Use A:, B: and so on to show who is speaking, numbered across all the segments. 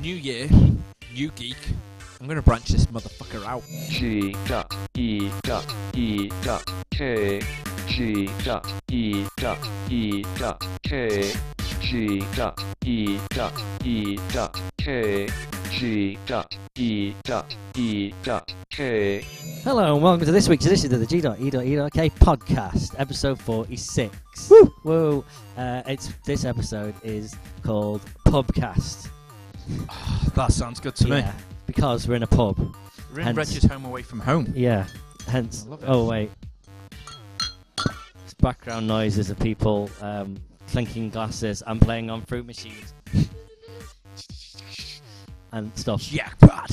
A: new year, new geek. I'm gonna branch this motherfucker out.
B: G dot E dot E dot K G dot E dot E dot K G dot E dot E dot K G dot E dot E dot K
C: Hello and welcome to this week's edition of the G.E.E.K podcast, episode 46.
A: Woo!
C: Whoa! Uh, it's, this episode is called Pubcast.
A: That sounds good to me.
C: Yeah, because we're in a pub.
A: We're in
C: Hence-
A: Wretched Home Away from Home.
C: Yeah, hence.
A: I love it.
C: Oh, wait. It's background noises of people um, clinking glasses and playing on fruit machines and stuff.
A: Jackpot!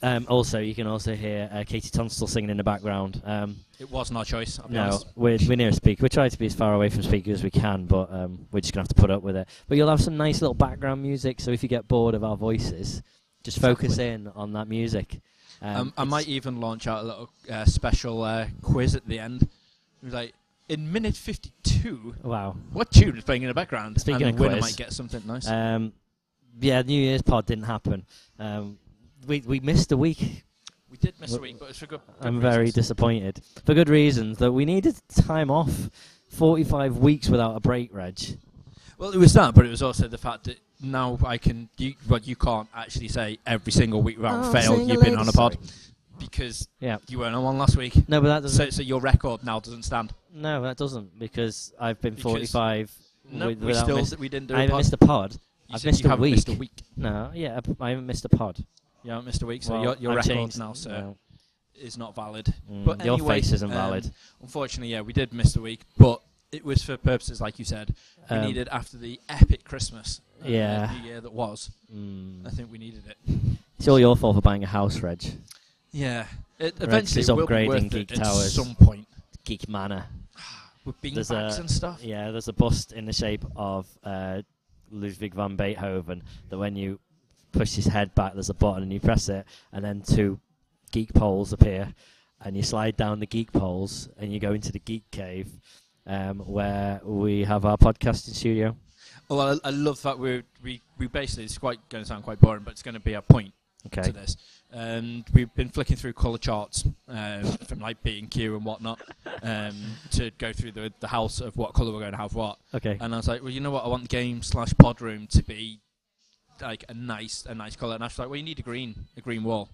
C: Um, also, you can also hear uh, Katie Tunstall singing in the background. Um,
A: It wasn't our choice, I'll be
C: No,
A: honest.
C: we're, we're near a speaker. We're trying to be as far away from speaker as we can, but um, we're just going to have to put up with it. But you'll have some nice little background music, so if you get bored of our voices, just focus
A: Exactly.
C: in on that music.
A: Um, I
C: it's-
A: might even launch out a little uh, special uh, quiz at the end. It was like, in minute 52,
C: Wow.
A: what tune is playing in the background?
C: Speaking
A: and
C: of
A: the winner
C: quiz,
A: might get something nice.
C: Um, yeah, New Year's pod didn't happen. Um, we, we missed a week.
A: we did miss a
C: w-
A: week, but it's for good.
C: I'm
A: good
C: very
A: reasons.
C: disappointed. For good reasons, that we needed time off. 45 weeks without a break, Reg.
A: Well, it was that, but it was also the fact that now I can. You, well, you can't actually say every single week without
C: Oh,
A: fail
C: single
A: you've been on a
C: ladies,
A: pod because
C: Yeah.
A: you weren't on one last week.
C: No, but that
A: So,
C: doesn't.
A: so your record now doesn't stand.
C: no, that doesn't, because I've been
A: Because-
C: 45.
A: No,
C: with-
A: we
C: without
A: still
C: miss-
A: we didn't do
C: I
A: a
C: haven't
A: pod.
C: missed a pod.
A: You
C: I've
A: said
C: missed
A: you
C: a
A: haven't missed a
C: week.
A: week.
C: No, yeah, I- I haven't missed a pod.
A: You haven't missed a week, so
C: Well,
A: your, your
C: I've
A: record
C: changed-
A: now so
C: no.
A: is not valid.
C: Mm,
A: But
C: your
A: anyway,
C: face isn't
A: um,
C: valid.
A: Unfortunately, yeah, we did miss the week, but it was for purposes like you said. We
C: Um,
A: needed after the epic Christmas, and
C: Yeah.
A: the year that was.
C: Mm.
A: I think we needed it.
C: It's all your fault for buying a house, Reg.
A: Yeah, it,
C: Right,
A: eventually
C: just
A: it will be
C: upgrading
A: worth
C: Geek
A: it at
C: Towers.
A: some point.
C: Geek Manor.
A: with
C: There's
A: beanbags
C: a-
A: and stuff.
C: Yeah, there's a bust in the shape of uh, Ludwig van Beethoven that when you push his head back, there's a button and you press it, and then two geek poles appear, and you slide down the geek poles and you go into the geek cave um, where we have our podcasting studio.
A: Well, I, I love that we we we basically it's quite going to sound quite boring, but it's going to be a point
C: Okay.
A: to this. Um, we've been flicking through color charts um, from like B and Q and whatnot um, to go through the the house of what color we're going to have what.
C: Okay.
A: And I was like, well, you know what? I want the game slash pod room to be like a nice a nice color. And I was like, well, you need a green a green wall.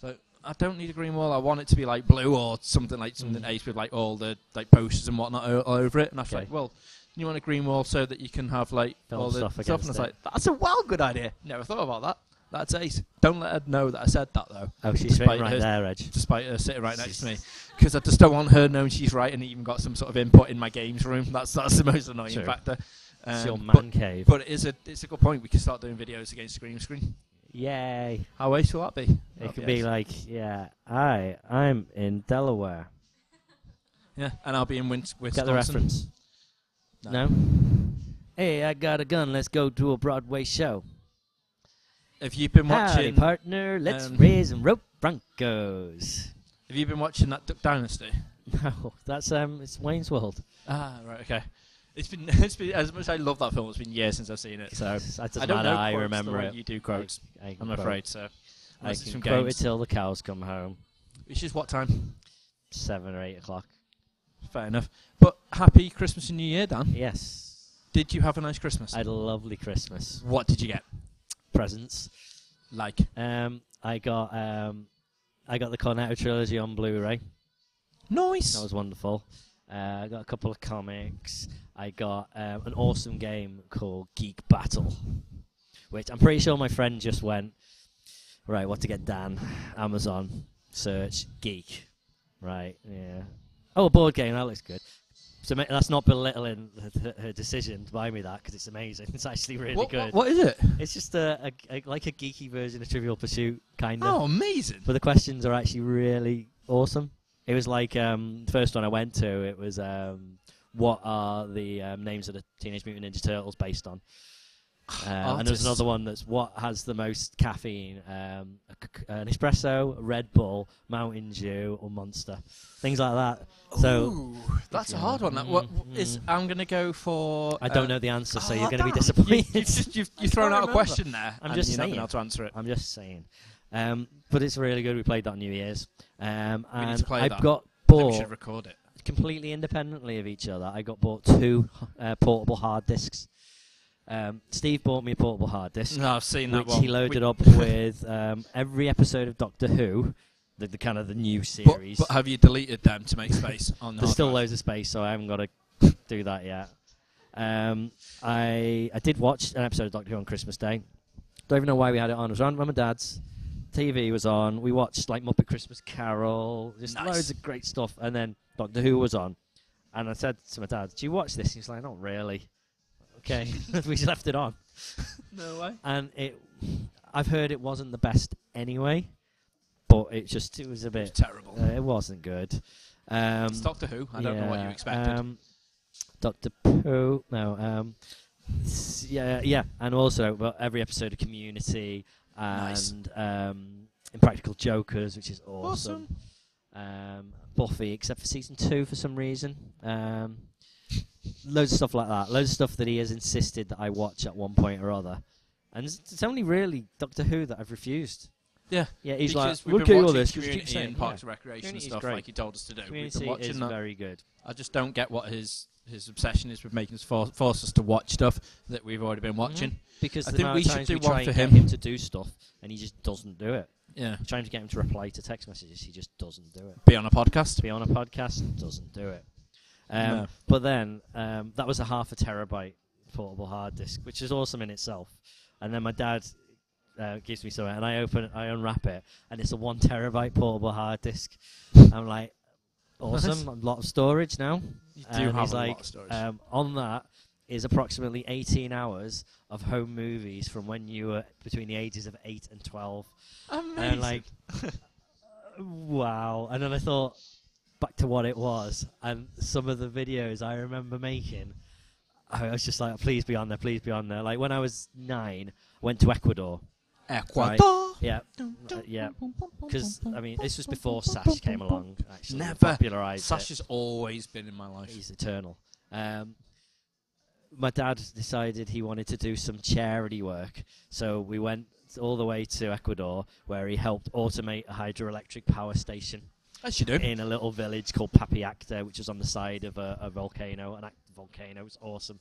A: So I don't need a green wall. I want it to be like blue or something like something
C: Mm.
A: ace with like all the like posters and whatnot o- all over it. And I was
C: Okay.
A: like, well, you want a green wall so that you can have like
C: Film
A: all the
C: stuff
A: And I was
C: against
A: like, that's a well good idea. Never thought about that. That's ace. Don't let her know that I said that though,
C: Oh, she's
A: Despite
C: sitting right
A: hers-
C: there, Reg.
A: despite her sitting right next to me, because I just don't want her knowing she's right and even got some sort of input in my games room. That's that's the most annoying
C: True.
A: factor.
C: It's your
A: Um,
C: man
A: but
C: cave.
A: but it is a it's a good point. We can start doing videos against the green screen.
C: Yay!
A: How ace will that be?
C: It
A: That'd
C: could be
A: ace.
C: like, yeah, I, I'm in Delaware.
A: yeah, and I'll be in Wins- Wisconsin.
C: Get the reference? No. Hey, I got a gun. Let's go to a Broadway show.
A: Have you been
C: Howdy,
A: watching?
C: partner. Let's
A: um,
C: raise and rope Broncos.
A: Have you been watching that Duck Dynasty?
C: No, that's um, it's Wayne's World.
A: Ah, right, okay. It's been it's been as much as I love that film. It's been years since I've seen it, so
C: that doesn't
A: I don't
C: matter.
A: know.
C: uh, I
A: quotes the
C: remember
A: way
C: it.
A: You do quotes.
C: I can
A: I'm
C: quote-
A: afraid so.
C: I
A: Unless it's
C: can
A: from
C: quote it
A: games.
C: till the cows come home.
A: Which is what time?
C: Seven or eight o'clock.
A: Fair enough. But happy Christmas and New Year, Dan.
C: Yes.
A: Did you have a nice Christmas?
C: I had a lovely Christmas.
A: what did you get?
C: Presents.
A: Like
C: Um, I got um, I got the Cornetto trilogy on Blu-ray.
A: nice.
C: That was wonderful. Uh, I got a couple of comics. I got um, an awesome game called Geek Battle, which I'm pretty sure my friend just went right. What to get Dan? Amazon search geek. Right. Yeah. Oh, a board game. That looks good. So ma- that's not belittling her, her decision to buy me that because it's amazing. It's actually really
A: What-
C: good.
A: what- what is it?
C: It's just a, a, a like a geeky version of Trivial Pursuit, kind of
A: Oh, amazing.
C: but the questions are actually really awesome. It was like um, the first one I went to. It was um, what are the um, names of the Teenage Mutant Ninja Turtles based on? Uh, and
A: Artist.
C: there's another one that's what has the most caffeine: um, a c- c- an espresso, a Red Bull, Mountain Dew, or Monster, things like that. So
A: Ooh, that's a hard one. That what
C: Mm,
A: is?
C: mm.
A: I'm gonna go for.
C: I don't
A: uh,
C: know the answer, so
A: oh,
C: you're going to be
A: damn,
C: disappointed.
A: You, have just, you've,
C: I
A: you've thrown
C: can't
A: out a
C: remember.
A: question there.
C: I'm
A: and
C: just
A: you're not gonna be
C: saying.
A: able to answer it.
C: I'm just saying. Um, but it's really good. We played that on New Year's, um,
A: We need to
C: and
A: play
C: I
A: that.
C: got
A: I think we
C: bought
A: should record it.
C: completely independently of each other. I got bought two uh, portable hard discs. Um, Steve bought me a portable hard disk.
A: No, I've seen that
C: which
A: one.
C: he loaded
A: We-
C: up with um, every episode of Doctor Who, the, the kind of the new
A: But,
C: series.
A: but have you deleted them to make space on the?
C: There's
A: hard
C: still
A: drive?
C: loads of space, so I haven't got to do that yet. Um, I I did watch an episode of Doctor Who on Christmas Day. Don't even know why we had it on. It was on mum and dad's. TV was on. We watched like Muppet Christmas Carol, just
A: Nice.
C: loads of great stuff. And then Doctor Who was on, and I said to my dad, "Do you watch this?" He was like, "Not really." Okay, we just left it on.
A: No way.
C: and it I've heard it wasn't the best anyway, but it just it was a
A: It's
C: bit
A: terrible.
C: uh, it wasn't good. Um,
A: it's Doctor Who. I don't know what you
C: yeah,
A: expected.
C: Um, Doctor Pooh. No. Um, s- yeah, yeah, and also well, every episode of Community
A: Nice.
C: and um, Impractical Jokers, which is awesome.
A: awesome.
C: Um, Buffy, except for season two for some reason. Um, loads of stuff like that. Loads of stuff that he has insisted that I watch at one point or other. And it's, it's only really Doctor Who that I've refused.
A: Yeah,
C: Yeah, he's
A: because
C: like,
A: we've been
C: we'll do all
A: watching
C: this. 'cause you keep
A: Community
C: saying,
A: and
C: yeah.
A: Parks and Recreation and
C: Community's
A: stuff
C: great.
A: like he told us to do. We've
C: Community
A: been
C: is
A: watching that.
C: very good.
A: I just don't get what his his obsession is with making us for, force us to watch stuff that we've already been watching.
C: Because
A: I
C: the
A: think
C: amount
A: we
C: of
A: should
C: times
A: do
C: we
A: one
C: try
A: for
C: and get
A: him.
C: him to do stuff, and he just doesn't do it.
A: Yeah,
C: We're trying to get him to reply to text messages, he just doesn't do it.
A: be on a podcast.
C: To be on a podcast, doesn't do it. Um,
A: No.
C: But then um, that was a half a terabyte portable hard disk, which is awesome in itself. And then my dad uh, gives me something, and I open, I unwrap it, and it's a one terabyte portable hard disk. I'm like, awesome, a lot of storage now.
A: You do
C: And
A: have
C: he's
A: a
C: like,
A: lot of stories.
C: Um, on that is approximately 18 hours of home movies from when you were between the ages of 8 and 12.
A: Amazing.
C: And Uh, like, wow. And then I thought back to what it was, and some of the videos I remember making. I was just like, please be on there, please be on there. Like when I was nine, went to Ecuador.
A: Ecuador.
C: Yeah, uh, yeah. Because I mean, this was before Sash came along. Actually,
A: Never.
C: popularized
A: Sash
C: it.
A: has always been in my life.
C: He's eternal. Um, my dad decided he wanted to do some charity work, so we went all the way to Ecuador, where he helped automate a hydroelectric power station
A: As you do.
C: in a little village called Papiacta, which was on the side of a, a volcano, an active volcano. It was awesome.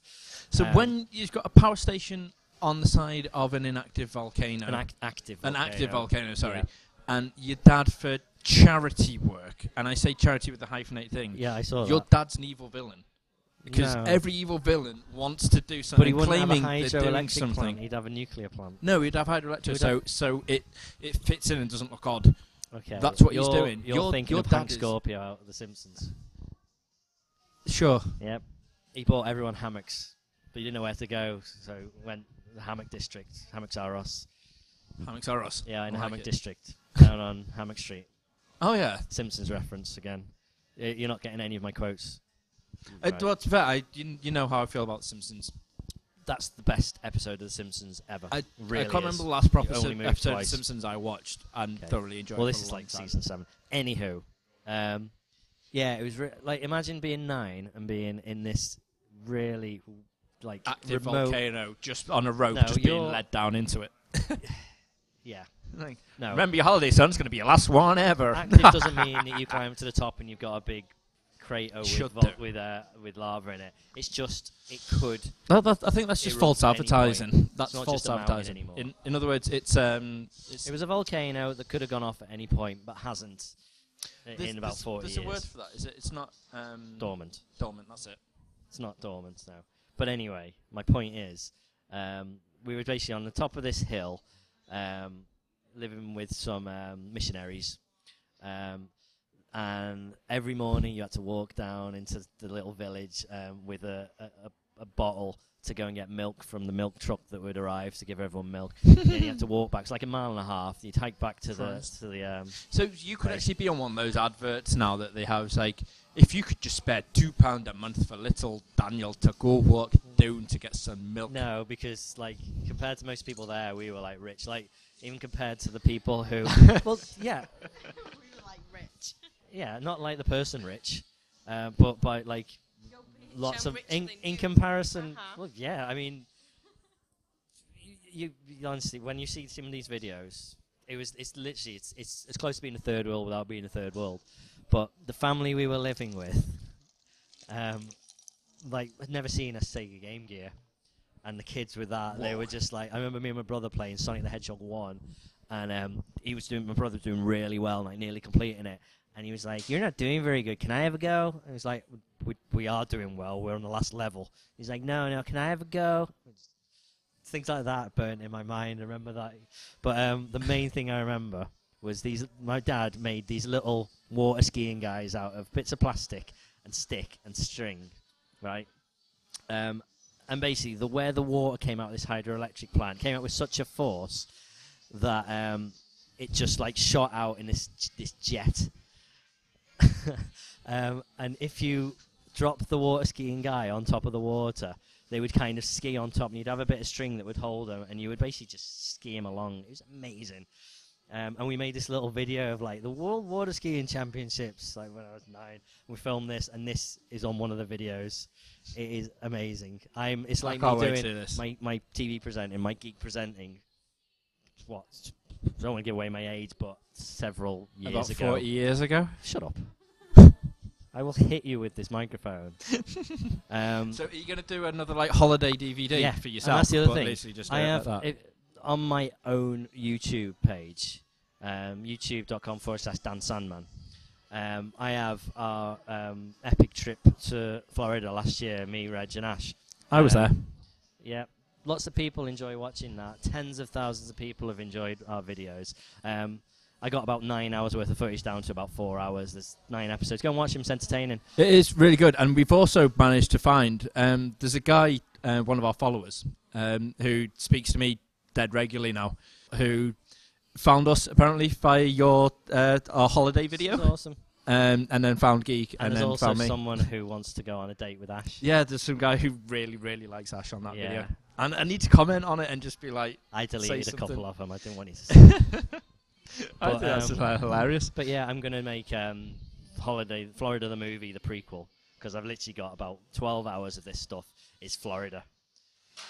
A: So
C: um,
A: when you've got a power station on the side of an inactive volcano,
C: An ac- active,
A: an
C: volcano.
A: active volcano, sorry,
C: Yeah.
A: and your dad for charity work, and I say charity with the hyphenate thing.
C: Yeah, I saw
A: Your
C: that.
A: dad's an evil villain because
C: No.
A: every evil villain wants to do something,
C: but he wouldn't have a
A: claiming they're doing
C: hydroelectric
A: something.
C: plant. He'd have a nuclear plant.
A: No, he'd have hydroelectric,
C: He'd
A: so
C: have-
A: so it it fits in and doesn't look odd.
C: Okay,
A: That's what he's
C: You're-
A: doing.
C: You're
A: Your-
C: thinking
A: your
C: of Hank
A: dad is-
C: Scorpio out of The Simpsons.
A: Sure.
C: Yep. He bought everyone hammocks, but he didn't know where to go, so went to the hammock district. Hammocks are us.
A: Hammocks are us.
C: Yeah, in
A: I
C: the
A: like
C: hammock
A: it.
C: district, down on Hammock Street.
A: Oh yeah.
C: Simpsons reference again. Y- You're not getting any of my quotes.
A: Uh,
C: Right.
A: well, to be fair, I, you, you know how I feel about Simpsons.
C: That's the best episode of The Simpsons ever.
A: I,
C: really
A: I can't
C: is.
A: remember the last proper
C: You only
A: Sim-
C: moved
A: episode of
C: twice.
A: Simpsons I watched and
C: Okay.
A: thoroughly enjoyed.
C: Well,
A: for
C: this
A: a
C: is
A: long
C: like
A: time.
C: season seven. Anywho, um, yeah, it was re- like imagine being nine and being in this really like
A: active
C: remote.
A: volcano just on a rope,
C: No,
A: just being
C: you're-
A: led down into it.
C: Yeah, no.
A: Remember your holiday, son. It's going to be your last one ever.
C: Active doesn't mean that you climb to the top and you've got a big crater with
A: Should
C: vol-
A: do.
C: with uh, with lava in it. It's just it could.
A: No, that, I think that's just
C: It
A: false
C: runs at any
A: advertising.
C: point.
A: That's
C: It's not
A: false
C: just a mountain
A: advertising.
C: anymore.
A: In, in other words, it's um, it's
C: It was a volcano that could have gone off at any point, but hasn't i-
A: there's-
C: in about
A: there's-
C: forty
A: There's
C: years.
A: a word for that. Is it? It's not um,
C: Dormant.
A: Dormant. That's it.
C: It's not dormant now. But anyway, my point is, um, we were basically on the top of this hill, um, living with some um, missionaries, um, and every morning you had to walk down into the little village um, with a, a, a, a bottle to go and get milk from the milk truck that would arrive to give everyone milk. and then you had to walk back. It's like a mile and a half. You'd hike back to
A: Christ.
C: the to the um,
A: So you could
C: Right.
A: actually be on one of those adverts now that they have. It's like, if you could just spare two pound a month for little Daniel to go walk Doon to get some milk.
C: No, because like compared to most people there, we were like rich. Like even compared to the people who, well, yeah,
D: we were like rich.
C: yeah, not like the person rich, uh, but by like
D: You're rich,
C: lots
D: I'm
C: of
D: richer
C: in
D: than
C: in
D: you.
C: comparison.
D: Uh-huh.
C: Well, yeah, I mean, y- you, you honestly, when you see some of these videos, it was it's literally it's it's as close to being a third world without being a third world. But the family we were living with, um, like had never seen a Sega Game Gear, and the kids with that they were just like I remember me and my brother playing Sonic the Hedgehog one, and um, he was doing my brother was doing really well, like nearly completing it. And he was like, "You're not doing very good. Can I have a go?" And I was like, "We, we are doing well. We're on the last level." He's like, "No, no. Can I have a go?" Things like that burnt in my mind. I remember that. But um, the main thing I remember was these. My dad made these little water skiing guys out of bits of plastic and stick and string, right? Um, and basically, the where the water came out of this hydroelectric plant came out with such a force that um, it just like shot out in this this jet. um, and if you drop the water skiing guy on top of the water, they would kind of ski on top, and you'd have a bit of string that would hold them, and you would basically just ski him along. It was amazing. Um, and we made this little video of like the World Water Skiing Championships, like when I was nine. We filmed this, and this is on one of the videos. It is amazing. I'm. It's
A: I
C: like
A: can't
C: me
A: wait
C: doing
A: to do this.
C: my my TV presenting, my geek presenting. What? I don't want to give away my age, but several years
A: About
C: ago.
A: forty years ago.
C: Shut up. I will hit you with this microphone. um,
A: So are you gonna do another like holiday DVD
C: Yeah,
A: for
C: and
A: yourself?
C: that's the other
A: but
C: thing.
A: Literally just
C: I
A: do it
C: have
A: like that.
C: it- on my own YouTube page, um, youtube.com forward slash Dan Sandman. Um, I have our um, epic trip to Florida last year, me, Reg, and Ash.
A: I was
C: um,
A: there.
C: Yeah. Lots of people enjoy watching that. Tens of thousands of people have enjoyed our videos. Um, I got about nine hours worth of footage down to about four hours. There's nine episodes. Go and watch them. It's entertaining.
A: It is really good, and we've also managed to find um, there's a guy, uh, one of our followers, um, who speaks to me dead regularly now, who found us apparently via your uh, our holiday video,
C: It's awesome.
A: um, and then found Geek,
C: And,
A: and,
C: there's
A: then
C: also
A: found me.
C: someone who wants to go on a date with Ash.
A: Yeah, there's some guy who really, really likes Ash on that
C: Yeah.
A: video, and I need to comment on it and just be like,
C: I deleted a
A: something.
C: couple of them. I didn't want you to see.
A: I
C: But,
A: think that's
C: um,
A: uh, hilarious.
C: but yeah, I'm going to make um, Holiday Florida the movie, the prequel, because I've literally got about 12 hours of this stuff. It's Florida.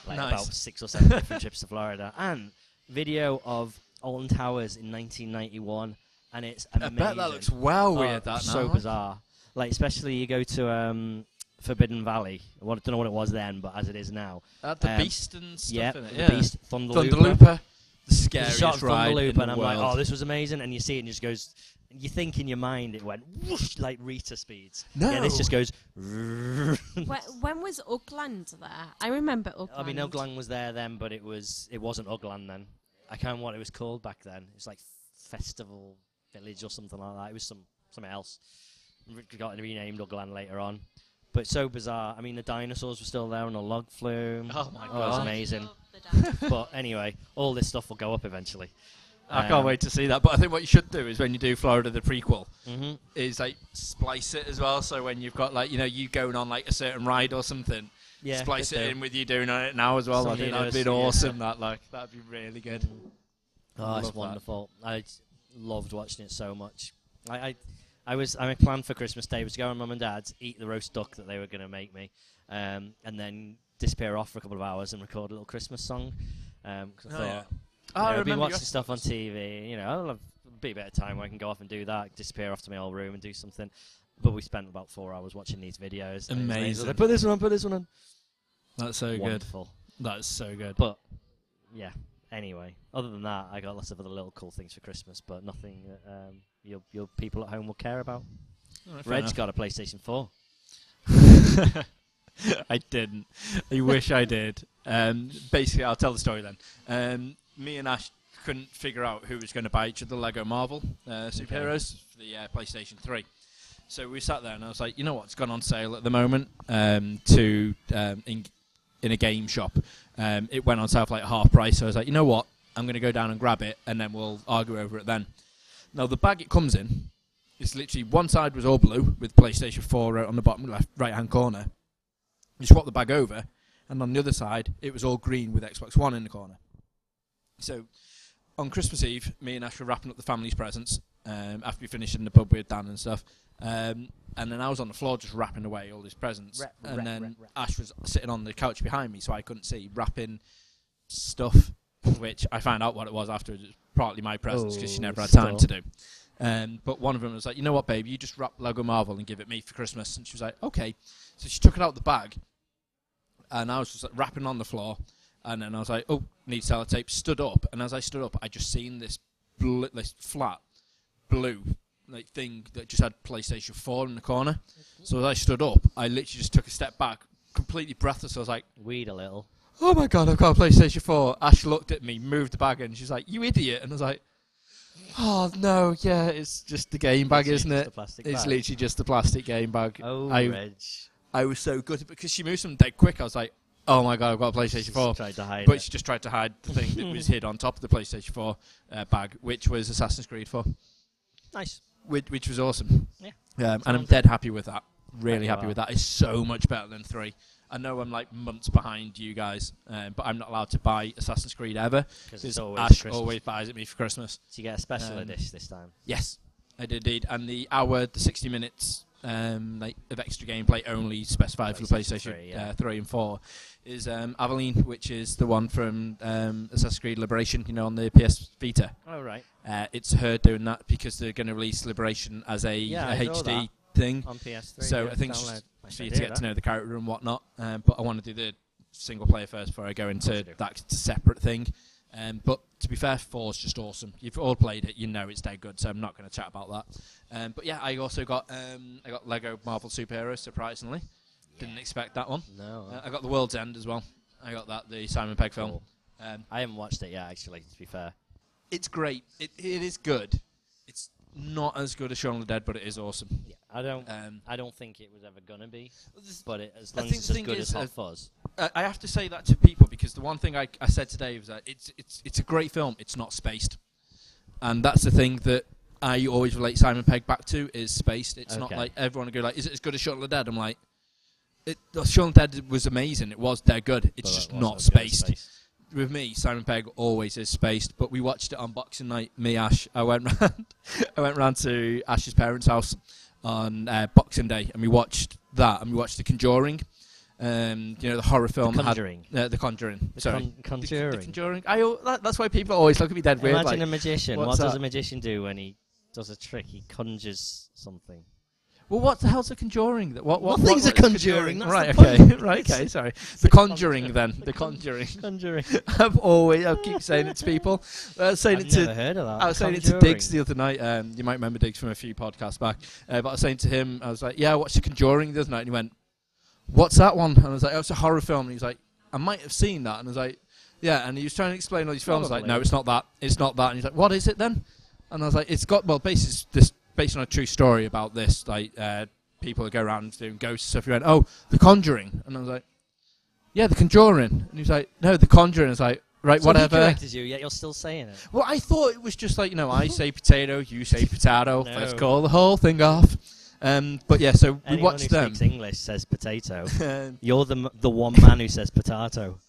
C: Like
A: Nice.
C: about six or seven different trips to Florida. And video of Alton Towers in 1991. And it's
A: I
C: amazing.
A: bet that looks well
C: Oh,
A: weird. That
C: so
A: now.
C: bizarre. Like especially you go to um, Forbidden Valley. Well, I don't know what it was then, but as it is now.
A: At the
C: Um,
A: beast and stuff.
C: yeah,
A: in it.
C: the
A: yeah.
C: Beast Thunderlooper.
A: Thunderlooper, the
C: There's a
A: scariest
C: shot of
A: ride
C: Thunderlooper,
A: in the
C: and I'm
A: world.
C: like, oh, this was amazing. And you see it, and it just goes. You think in your mind it went whoosh, like Rita speeds. Yeah, this
A: No.
C: just goes.
D: when, when was Ugland there? I remember Ugland.
C: I mean, Uglan was there then, but it was it wasn't Uglan then. I can't remember what it was called back then. It was like Festival Village or something like that. It was some something else. Re- Got renamed Uglan later on. But it's so bizarre. I mean, the dinosaurs were still there on a log flume.
A: Oh my
C: it
A: God.
C: was amazing. but anyway, all this stuff will go up eventually.
A: I can't
C: Um,
A: wait to see that. But I think what you should do is when you do Florida the prequel,
C: hmm
A: is like splice it as well. So when you've got like you know you going on like a certain ride or something,
C: Yeah,
A: splice
C: could
A: it
C: do.
A: in with you doing it now as well. I
C: Something
A: think that'd
C: else,
A: be
C: yeah.
A: awesome. That like that'd be really good.
C: Oh,
A: Love
C: it's
A: that.
C: wonderful. I j- loved watching it so much. I, I, I was. I my plan for Christmas Day was to go on mum and dad's, eat the roast duck that they were going to make me, um, and then disappear off for a couple of hours and record a little Christmas song. Um 'cause I
A: Oh,
C: thought,
A: yeah.
C: you know,
A: I
C: I've been
A: remember
C: watching
A: you-
C: stuff on TV. You know, I'll have a bit better time where I can go off and do that, disappear off to my old room and do something. But we spent about four hours watching these videos. and it was I was
A: Amazing.
C: like, put this one on. Put this one on.
A: That's so good.
C: Wonderful.
A: That's so good.
C: But yeah. Anyway, other than that, I got lots of other little cool things for Christmas, but nothing that um, your your people at home will care about.
A: Alright, fair
C: Red's
A: enough.
C: got a PlayStation Four.
A: I didn't. I wish I did. Um, basically, I'll tell the story then. Um, me and Ash couldn't figure out who was going to buy each other Lego Marvel uh, superheroes for the uh, PlayStation 3. So we sat there, and I was like, you know what's gone on sale at the moment um, to um, in, in a game shop. Um, it went on sale for like half price. So I was like, you know what, I'm going to go down and grab it, and then we'll argue over it then. Now the bag it comes in, it's literally one side was all uh, blue with PlayStation 4 right on the bottom left right hand corner. You swap the bag over, and on the other side it was all green with Xbox One in the corner. So on Christmas Eve, me and Ash were wrapping up the family's presents um, after we finished in the pub with Dan and stuff. Um, and then I was on the floor just wrapping away all his presents.
C: Wrap,
A: and
C: wrap,
A: then
C: wrap, wrap.
A: Ash was sitting on the couch behind me, so I couldn't see wrapping stuff, which I found out what it was afterwards. It was partly my presents because she
C: Oh,
A: never had
C: stop.
A: time to do. Um, but one of them was like, you know what, babe, you just wrap Lego Marvel and give it me for Christmas. And she was like, okay. So she took it out of the bag, and I was just like, wrapping on the floor. And then I was like, oh, need sellotape. Stood up, and as I stood up, I just seen this bl- this flat blue like thing that just had PlayStation 4 in the corner. So as I stood up, I literally just took a step back, completely breathless. I was like,
C: Weed a little.
A: oh my god, I've got a PlayStation 4. Ash looked at me, moved the bag, and she's like, you idiot. And I was like, oh no, yeah, it's just the game bag,
C: It's
A: isn't
C: just a
A: it?
C: plastic
A: It's
C: bag.
A: literally just a plastic game bag.
C: Oh,
A: I,
C: Reg.
A: I was so good because she moved them dead quick. I was like, oh my god, I've got a PlayStation 4.
C: Tried to hide
A: But
C: it.
A: she just tried to hide the thing that was hid on top of the PlayStation 4 uh, bag, which was Assassin's Creed 4,
C: Nice.
A: which, which was awesome.
C: Yeah.
A: Um, and I'm
C: Sounds-
A: dead happy with that. Really
C: you
A: happy
C: are.
A: with that. It's so much better than 3. I know I'm like months behind you guys, um, but I'm not allowed to buy Assassin's Creed ever.
C: 'Cause it's
A: because
C: always
A: Ash
C: Christmas.
A: always buys it me for Christmas.
C: So you get a special
A: Um,
C: edition this time.
A: Yes, I did indeed. And the hour, the 60 minutes um, like, of extra gameplay only specified for the
C: PlayStation
A: PlayStation
C: 3, yeah.
A: uh, 3 and 4 is um, Aveline, which is the one from um, Assassin's Creed Liberation, you know, on the PS Vita.
C: Oh, right.
A: Uh, it's her doing that because they're going to release Liberation as a,
C: Yeah,
A: a
C: I saw
A: HD
C: that.
A: thing.
C: On PS3.
A: So
C: yeah,
A: I think it's
C: download.
A: just
C: Nice
A: for you to
C: idea,
A: get
C: that.
A: to know the character and whatnot. Um, but I want to do the single player first before I go
C: course you
A: into
C: do.
A: that separate thing. Um, but to be fair, four's just awesome. You've all played it, you know it's dead good. So I'm not going to chat about that. Um, but yeah, I also got um, I got Lego Marvel Superheroes. Surprisingly, didn't expect that one.
C: No.
A: Uh, I got The World's End as well. I got that the Simon Pegg film.
C: Cool.
A: Um,
C: I haven't watched it yet, actually, to be fair.
A: it's great. It, it is good. It's not as good as Shaun of the Dead, but it is awesome.
C: Yeah, I don't.
A: Um,
C: I don't think it was ever gonna be,
A: this-
C: but it, as
A: I
C: long as
A: think
C: it's
A: the
C: as
A: thing
C: good
A: is,
C: as Hot
A: uh,
C: Fuzz.
A: I I have to say that to people because the one thing I, I said today was that it's it's it's a great film. It's not spaced, and that's the thing that I always relate Simon Pegg back to is spaced. It's not
C: Okay.
A: like everyone would go like, is it as good as Shaun of the Dead? I'm like, it, uh, Shaun of the Dead was amazing. It was they're good. It's
C: but
A: just
C: it was
A: not
C: as good as
A: spaced.
C: Space.
A: With me, Simon Pegg always is spaced. But we watched it on Boxing Night. Me, Ash, I went round, I went round to Ash's parents' house on uh, Boxing Day, and we watched that, and we watched The Conjuring. Um, you know the horror film that had
C: Conjuring.
A: uh, the Conjuring.
C: The
A: Sorry.
C: Con-
A: The-
C: Conjuring.
A: The, Conjuring. I, al- that, that's why people always look at me dead weird.
C: Imagine a
A: like,
C: magician. What
A: what's
C: does
A: that?
C: a magician do when he does a trick? He conjures something.
A: well, what the hell's a Conjuring? That what what
C: Nothing's
A: what,
C: a
A: what is
C: Conjuring, that's
A: Right.
C: the
A: okay.
C: point.
A: right. Okay. Sorry.
C: It's
A: The
C: a
A: Conjuring. Then
C: The
A: the
C: con-
A: Conjuring.
C: Conjuring.
A: I've always I keep saying it to people. I was saying
C: I've
A: it to
C: never heard of that.
A: I was saying it to
C: Conjuring.
A: Diggs the other night. Um, you might remember Diggs from a few podcasts back. Uh, but I was saying to him, I was like, "Yeah, I watched The Conjuring the other night," and he went, "What's that one?" And I was like, "Oh, it's a horror film." And he's like, "I might have seen that," and I was like, "Yeah." And he was trying to explain all these films. I was Like,
C: Probably.
A: no, it's not that. It's not that. And he's like, "What is it then?" And I was like, "It's got well, basis this based on a true story about this like uh, people that go around doing ghosts and stuff." He went, "Oh, The Conjuring," and I was like, "Yeah, The Conjuring," and he was like, "No, The Conjuring." I was like, "Right,
C: So he
A: whatever."
C: corrected you, yet you're still saying it.
A: Well, I thought it was just like you know, I say potato, you say potato.
C: No.
A: Let's call the whole thing off. Um, but yeah, so we
C: Anyone who
A: watched them.
C: speaks English says potato.
A: Um,
C: You're the m- the one man who says potato.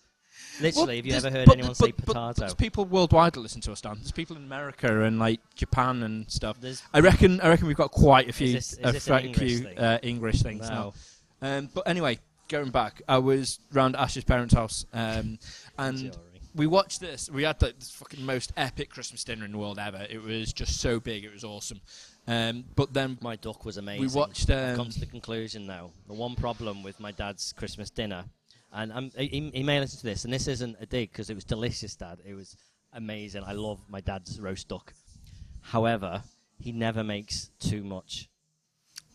C: Literally,
A: well,
C: have you
A: there's-
C: ever heard
A: but-
C: anyone
A: but-
C: say
A: but- but
C: potato?
A: there's people worldwide that listen to us, Dan. There's people in America and like Japan and stuff.
C: There's-
A: I reckon. I reckon we've got quite a few,
C: this- is
A: a
C: this an
A: quite a
C: English
A: few
C: thing?
A: uh, English things now.
C: no.
A: Um, but anyway, going back, I was round Ash's parents' house, um, and
C: Conjuring.
A: we watched this. We had like, this fucking most epic Christmas dinner in the world ever. It was just so big. It was awesome. Um, but then
C: My duck was amazing.
A: watched,
C: I've come
A: um,
C: to the conclusion now. The one problem with my dad's Christmas dinner, and I'm, he, he may listen to this, and this isn't a dig because it was delicious, Dad. It was amazing. I love my dad's roast duck. However, he never makes too much.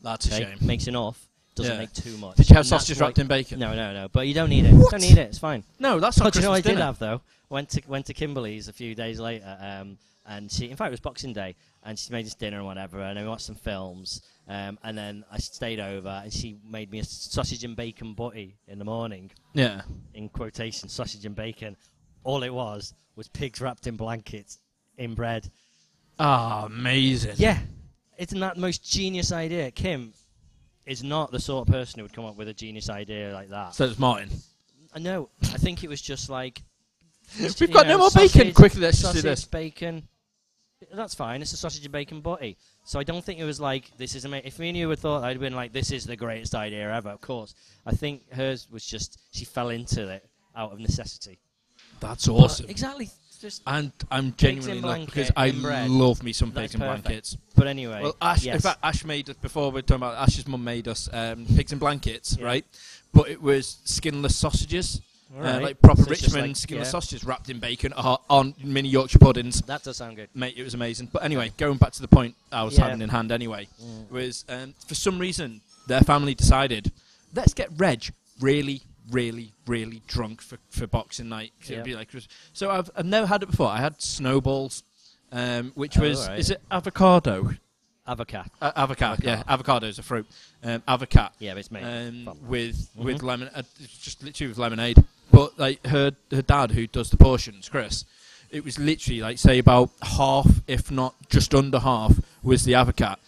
A: that's a
C: okay?
A: shame.
C: Makes enough, doesn't
A: Yeah.
C: make too much.
A: Did you have
C: And that's
A: sausages
C: why-
A: wrapped in bacon?
C: No, no, no. But you don't need it.
A: What?
C: Don't need it. It's fine.
A: No, that's not
C: But you know,
A: Christmas
C: what I did
A: dinner.
C: have though. Went to went to Kimberly's a few days later, um, and she, in fact, it was Boxing Day, and she made us dinner and whatever, and we watched some films, um, and then I stayed over, and she made me a sausage and bacon butty in the morning,
A: Yeah.
C: in quotation, sausage and bacon. All it was was pigs wrapped in blankets in bread.
A: Ah, amazing.
C: Yeah, isn't that the most genius idea? Kim is not the sort of person who would come up with a genius idea like that.
A: So it's Martin.
C: I know. I think it was just like
A: We've got no more bacon. Quickly, let's just do
C: um, sausage,
A: this.
C: bacon. That's fine. It's a sausage and bacon butty. So I don't think it was like this is amazing. If me and you had thought, I'd have been like, this is the greatest idea ever. Of course. I think hers was just she fell into it out of necessity.
A: That's
C: But
A: awesome.
C: exactly. Just.
A: And I'm
C: Pigs in
A: genuinely not because
C: blanket
A: I
C: and bread.
A: love me some
C: That's
A: pigs in
C: perfect.
A: blankets.
C: But anyway.
A: Well, Ash,
C: yes.
A: in fact, Ash made us before we were talking about Ash's mum made us um, pigs in blankets,
C: Yeah.
A: right? But it was skinless sausages,
C: All
A: uh,
C: right.
A: like proper
C: So it's just
A: Richmond
C: like-
A: skinless
C: yeah.
A: sausages wrapped in bacon uh, on mini Yorkshire puddings.
C: That does sound good.
A: Mate, it was amazing. But anyway, going back to the point I was
C: Yeah. Mm.
A: having in hand anyway, was um, for some reason their family decided, let's get Reg really, really, really drunk for, for boxing night. 'Cause It'd
C: Yeah.
A: be like, Christ- so I've, I've never had it before. I had snowballs, um, which
C: Oh,
A: was,
C: right.
A: is it avocado?
C: Avocado.
A: Uh, avocado,
C: Avocado.
A: yeah. Avocado is a fruit. Um, avocado.
C: Yeah, but it's me.
A: Um,
C: Fun.
A: with with
C: Mhm.
A: lemon, uh, it's just literally with lemonade. But like her her dad, who does the portions, Chris, it was literally like say about half, if not just under half, was the avocado,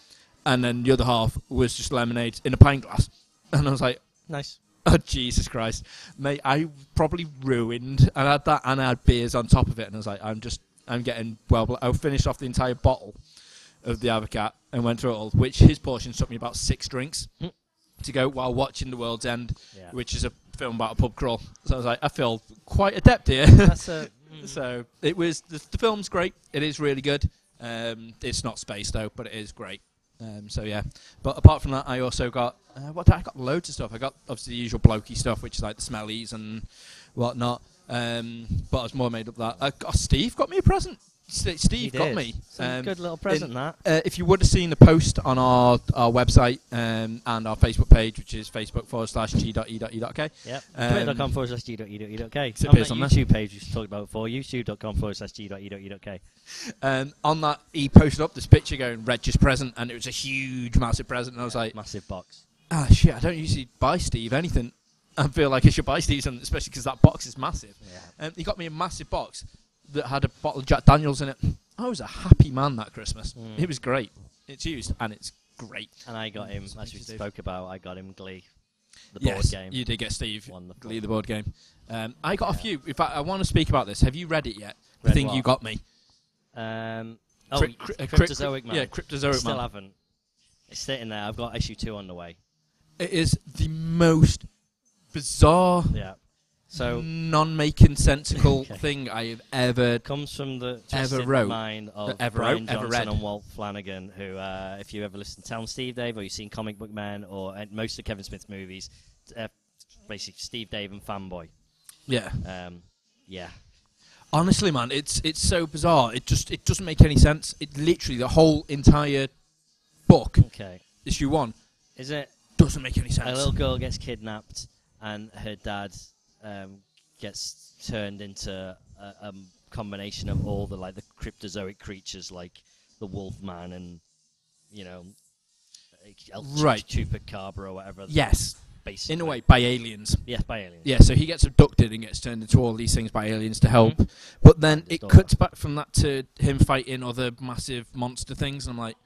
A: and then the other half was just lemonade in a pint glass. And I was like,
C: nice.
A: oh Jesus Christ, mate, I probably ruined. And I had that, and I had beers on top of it, and I was like, I'm just I'm getting well. bl- I finished off the entire bottle of the avocado and went through it all, which his portion took me about six drinks.
C: Mm.
A: To go while watching The World's End,
C: Yeah.
A: which is a film about a pub crawl. So I was like, I feel quite adept here.
C: That's a. mm.
A: so it was the, the film's great. It is really good. Um, it's not space though, but it is great. Um, so yeah. But apart from that, I also got uh, what did I I got loads of stuff. I got obviously the usual blokey stuff, which is like the smellies and whatnot. Um, but I was more made up that. Uh, oh, Steve got me a present. St-
C: He
A: Steve got
C: did.
A: me.
C: It's a
A: um,
C: good little present that.
A: uh, if you would have seen the post on our, our website um, and our Facebook page, which is facebook forward slash e g.e.e.k,
C: Yep.
A: Um,
C: Twitter.com forward slash E g.e.e.k.
A: Except
C: On
A: it's
C: that
A: on there.
C: YouTube page we talked about before, youtube.com forward slash E g.e.e.k.
A: um, on that he posted up this picture going, Reg is present, and it was a huge, massive present. And I was like,
C: Massive box.
A: ah, shit, I don't usually buy Steve anything. I feel like I should buy Steve something, especially because that box is massive.
C: Yeah.
A: Um, he got me a massive box that had a bottle of Jack Daniels in it. I was a happy man that Christmas.
C: Mm.
A: It was great. It's used, and it's great.
C: And I got him,
A: Speak
C: as
A: to
C: we
A: Steve.
C: spoke about, I got him Glee, the
A: yes,
C: board game.
A: you did get Steve.
C: Wonderful.
A: Glee the board game. Um, I got
C: Yeah.
A: a few. In fact, I want to speak about this. Have you read it yet? The
C: Read
A: thing
C: what?
A: you got me.
C: Um, oh,
A: Crypt- crypt- uh, crypt-
C: Cryptozoic Man.
A: Yeah, Cryptozoic
C: Still
A: Man.
C: haven't. It's sitting there. I've got issue two on the way.
A: It is the most bizarre,
C: Yeah. So
A: Mm. non-making sensical
C: Okay.
A: thing I have ever.
C: it comes from the
A: Ever
C: twisted
A: wrote.
C: mind of
A: Uh, ever
C: Brian
A: wrote, ever
C: Johnson
A: read.
C: and Walt Flanagan, who, uh, if you ever listened to Town Steve Dave or you've seen Comic Book Man or and most of Kevin Smith's movies, uh, basically Steve Dave and Fanboy.
A: Yeah.
C: Um, yeah.
A: Honestly, man, it's it's so bizarre. It just it doesn't make any sense. It literally the whole entire book,
C: Okay.
A: issue one,
C: Is it
A: doesn't make any sense.
C: a little girl gets kidnapped and her dad um, gets turned into a, a combination of all the like the cryptozoic creatures like the wolf man and you know El
A: Right.
C: chupacabra or whatever.
A: Yes,
C: Basically.
A: in a way, by aliens.
C: Yes, by aliens.
A: Yeah, so he gets abducted and gets turned into all these things by aliens to help. But then
C: His
A: it
C: daughter.
A: cuts back from that to him fighting other massive monster things, and I'm like,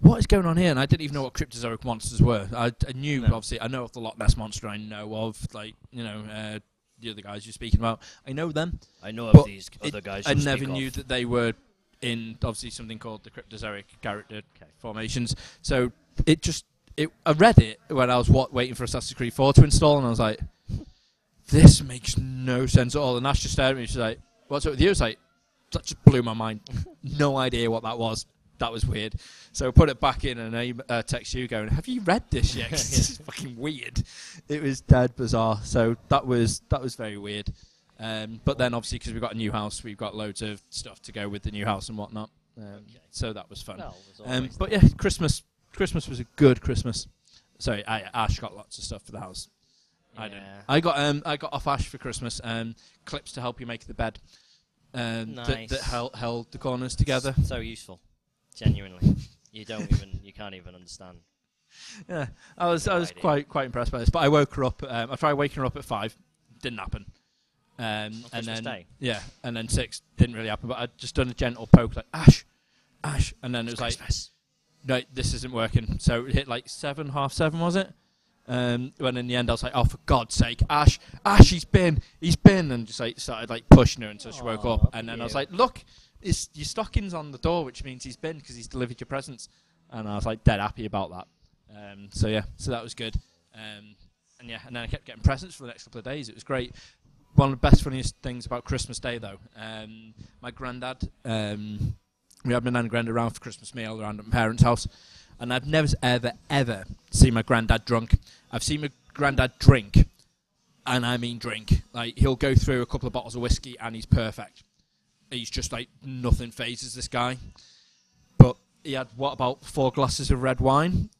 A: what is going on here? And I didn't even know what cryptozoic monsters were. I, I knew,
C: No.
A: obviously, I know of the Loch Ness monster. I know of like you know uh, the other guys you're speaking about. I know them.
C: I know of
A: But
C: these
A: it-
C: other guys.
A: I
C: you
A: never
C: speak
A: knew
C: of.
A: that they were in obviously something called the cryptozoic character formations. So it just it I read it when I was wa waiting for Assassin's Creed 4 to install, and I was like, this makes no sense at all. And Ash just stared at me. She's like, "What's up with you?" I was like, "That just blew my mind. no idea what that was. That was weird." So I put it back in, and I uh, text you going, "Have you read this yet? 'Cause this is fucking weird." It was dead bizarre. So that was that was very weird. Um, but then obviously because we've got a new house, we've got loads of stuff to go with the new house and whatnot. Um, So that was fun.
C: Well, there's
A: Um,
C: always
A: but
C: that.
A: yeah, Christmas. Christmas was a good Christmas. Sorry, I, Ash got lots of stuff for the house. I didn't.
C: Yeah.
A: I got um, I got off Ash for Christmas um, clips to help you make the bed. Um, that-
C: Nice.
A: That held, held the corners together.
C: So useful. Genuinely. You don't even. You can't even understand.
A: Yeah, I was I was
C: Alrighty.
A: quite quite impressed by this. But I woke her up. Um, I tried waking her up at five. Didn't happen. Um, and
C: Christmas
A: then
C: Day?
A: yeah, and then six didn't really happen. But I'd just done a gentle poke like Ash, Ash, and then it was like
C: Christmas.
A: no, this isn't working. So it hit like seven, half seven, was it? Um, when in the end I was like, oh for God's sake, Ash, Ash, he's been, he's been, and just like started like pushing her until she woke
C: Aw,
A: up, and then I was
C: yeah.
A: like, look, it's, your stocking's on the door, which means he's been because he's delivered your presents, and I was like dead happy about that. Um, so yeah, so that was good, um, and yeah, and then I kept getting presents for the next couple of days. It was great. One of the best funniest things about Christmas Day though, um, my granddad. Um, we had my nan and granddad around for Christmas meal around at my parents' house, and I've never ever ever seen my granddad drunk. I've seen my granddad drink, and I mean drink. Like he'll go through a couple of bottles of whiskey and he's perfect. He's just like nothing phases this guy. But he had what about four glasses of red wine?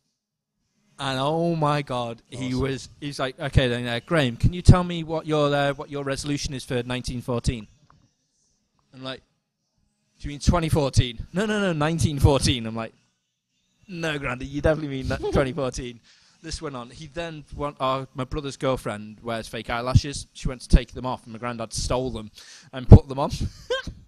A: And oh my god, he
C: Awesome.
A: was he's like okay then uh, Graham, can you tell me what your uh, what your resolution is for 1914? I'm like, do you mean 2014? No, no, no, 1914. I'm like, no, Grandy, you definitely mean that 2014. This went on. He then, went, uh, my brother's girlfriend wears fake eyelashes. She went to take them off, and my granddad stole them and put them on.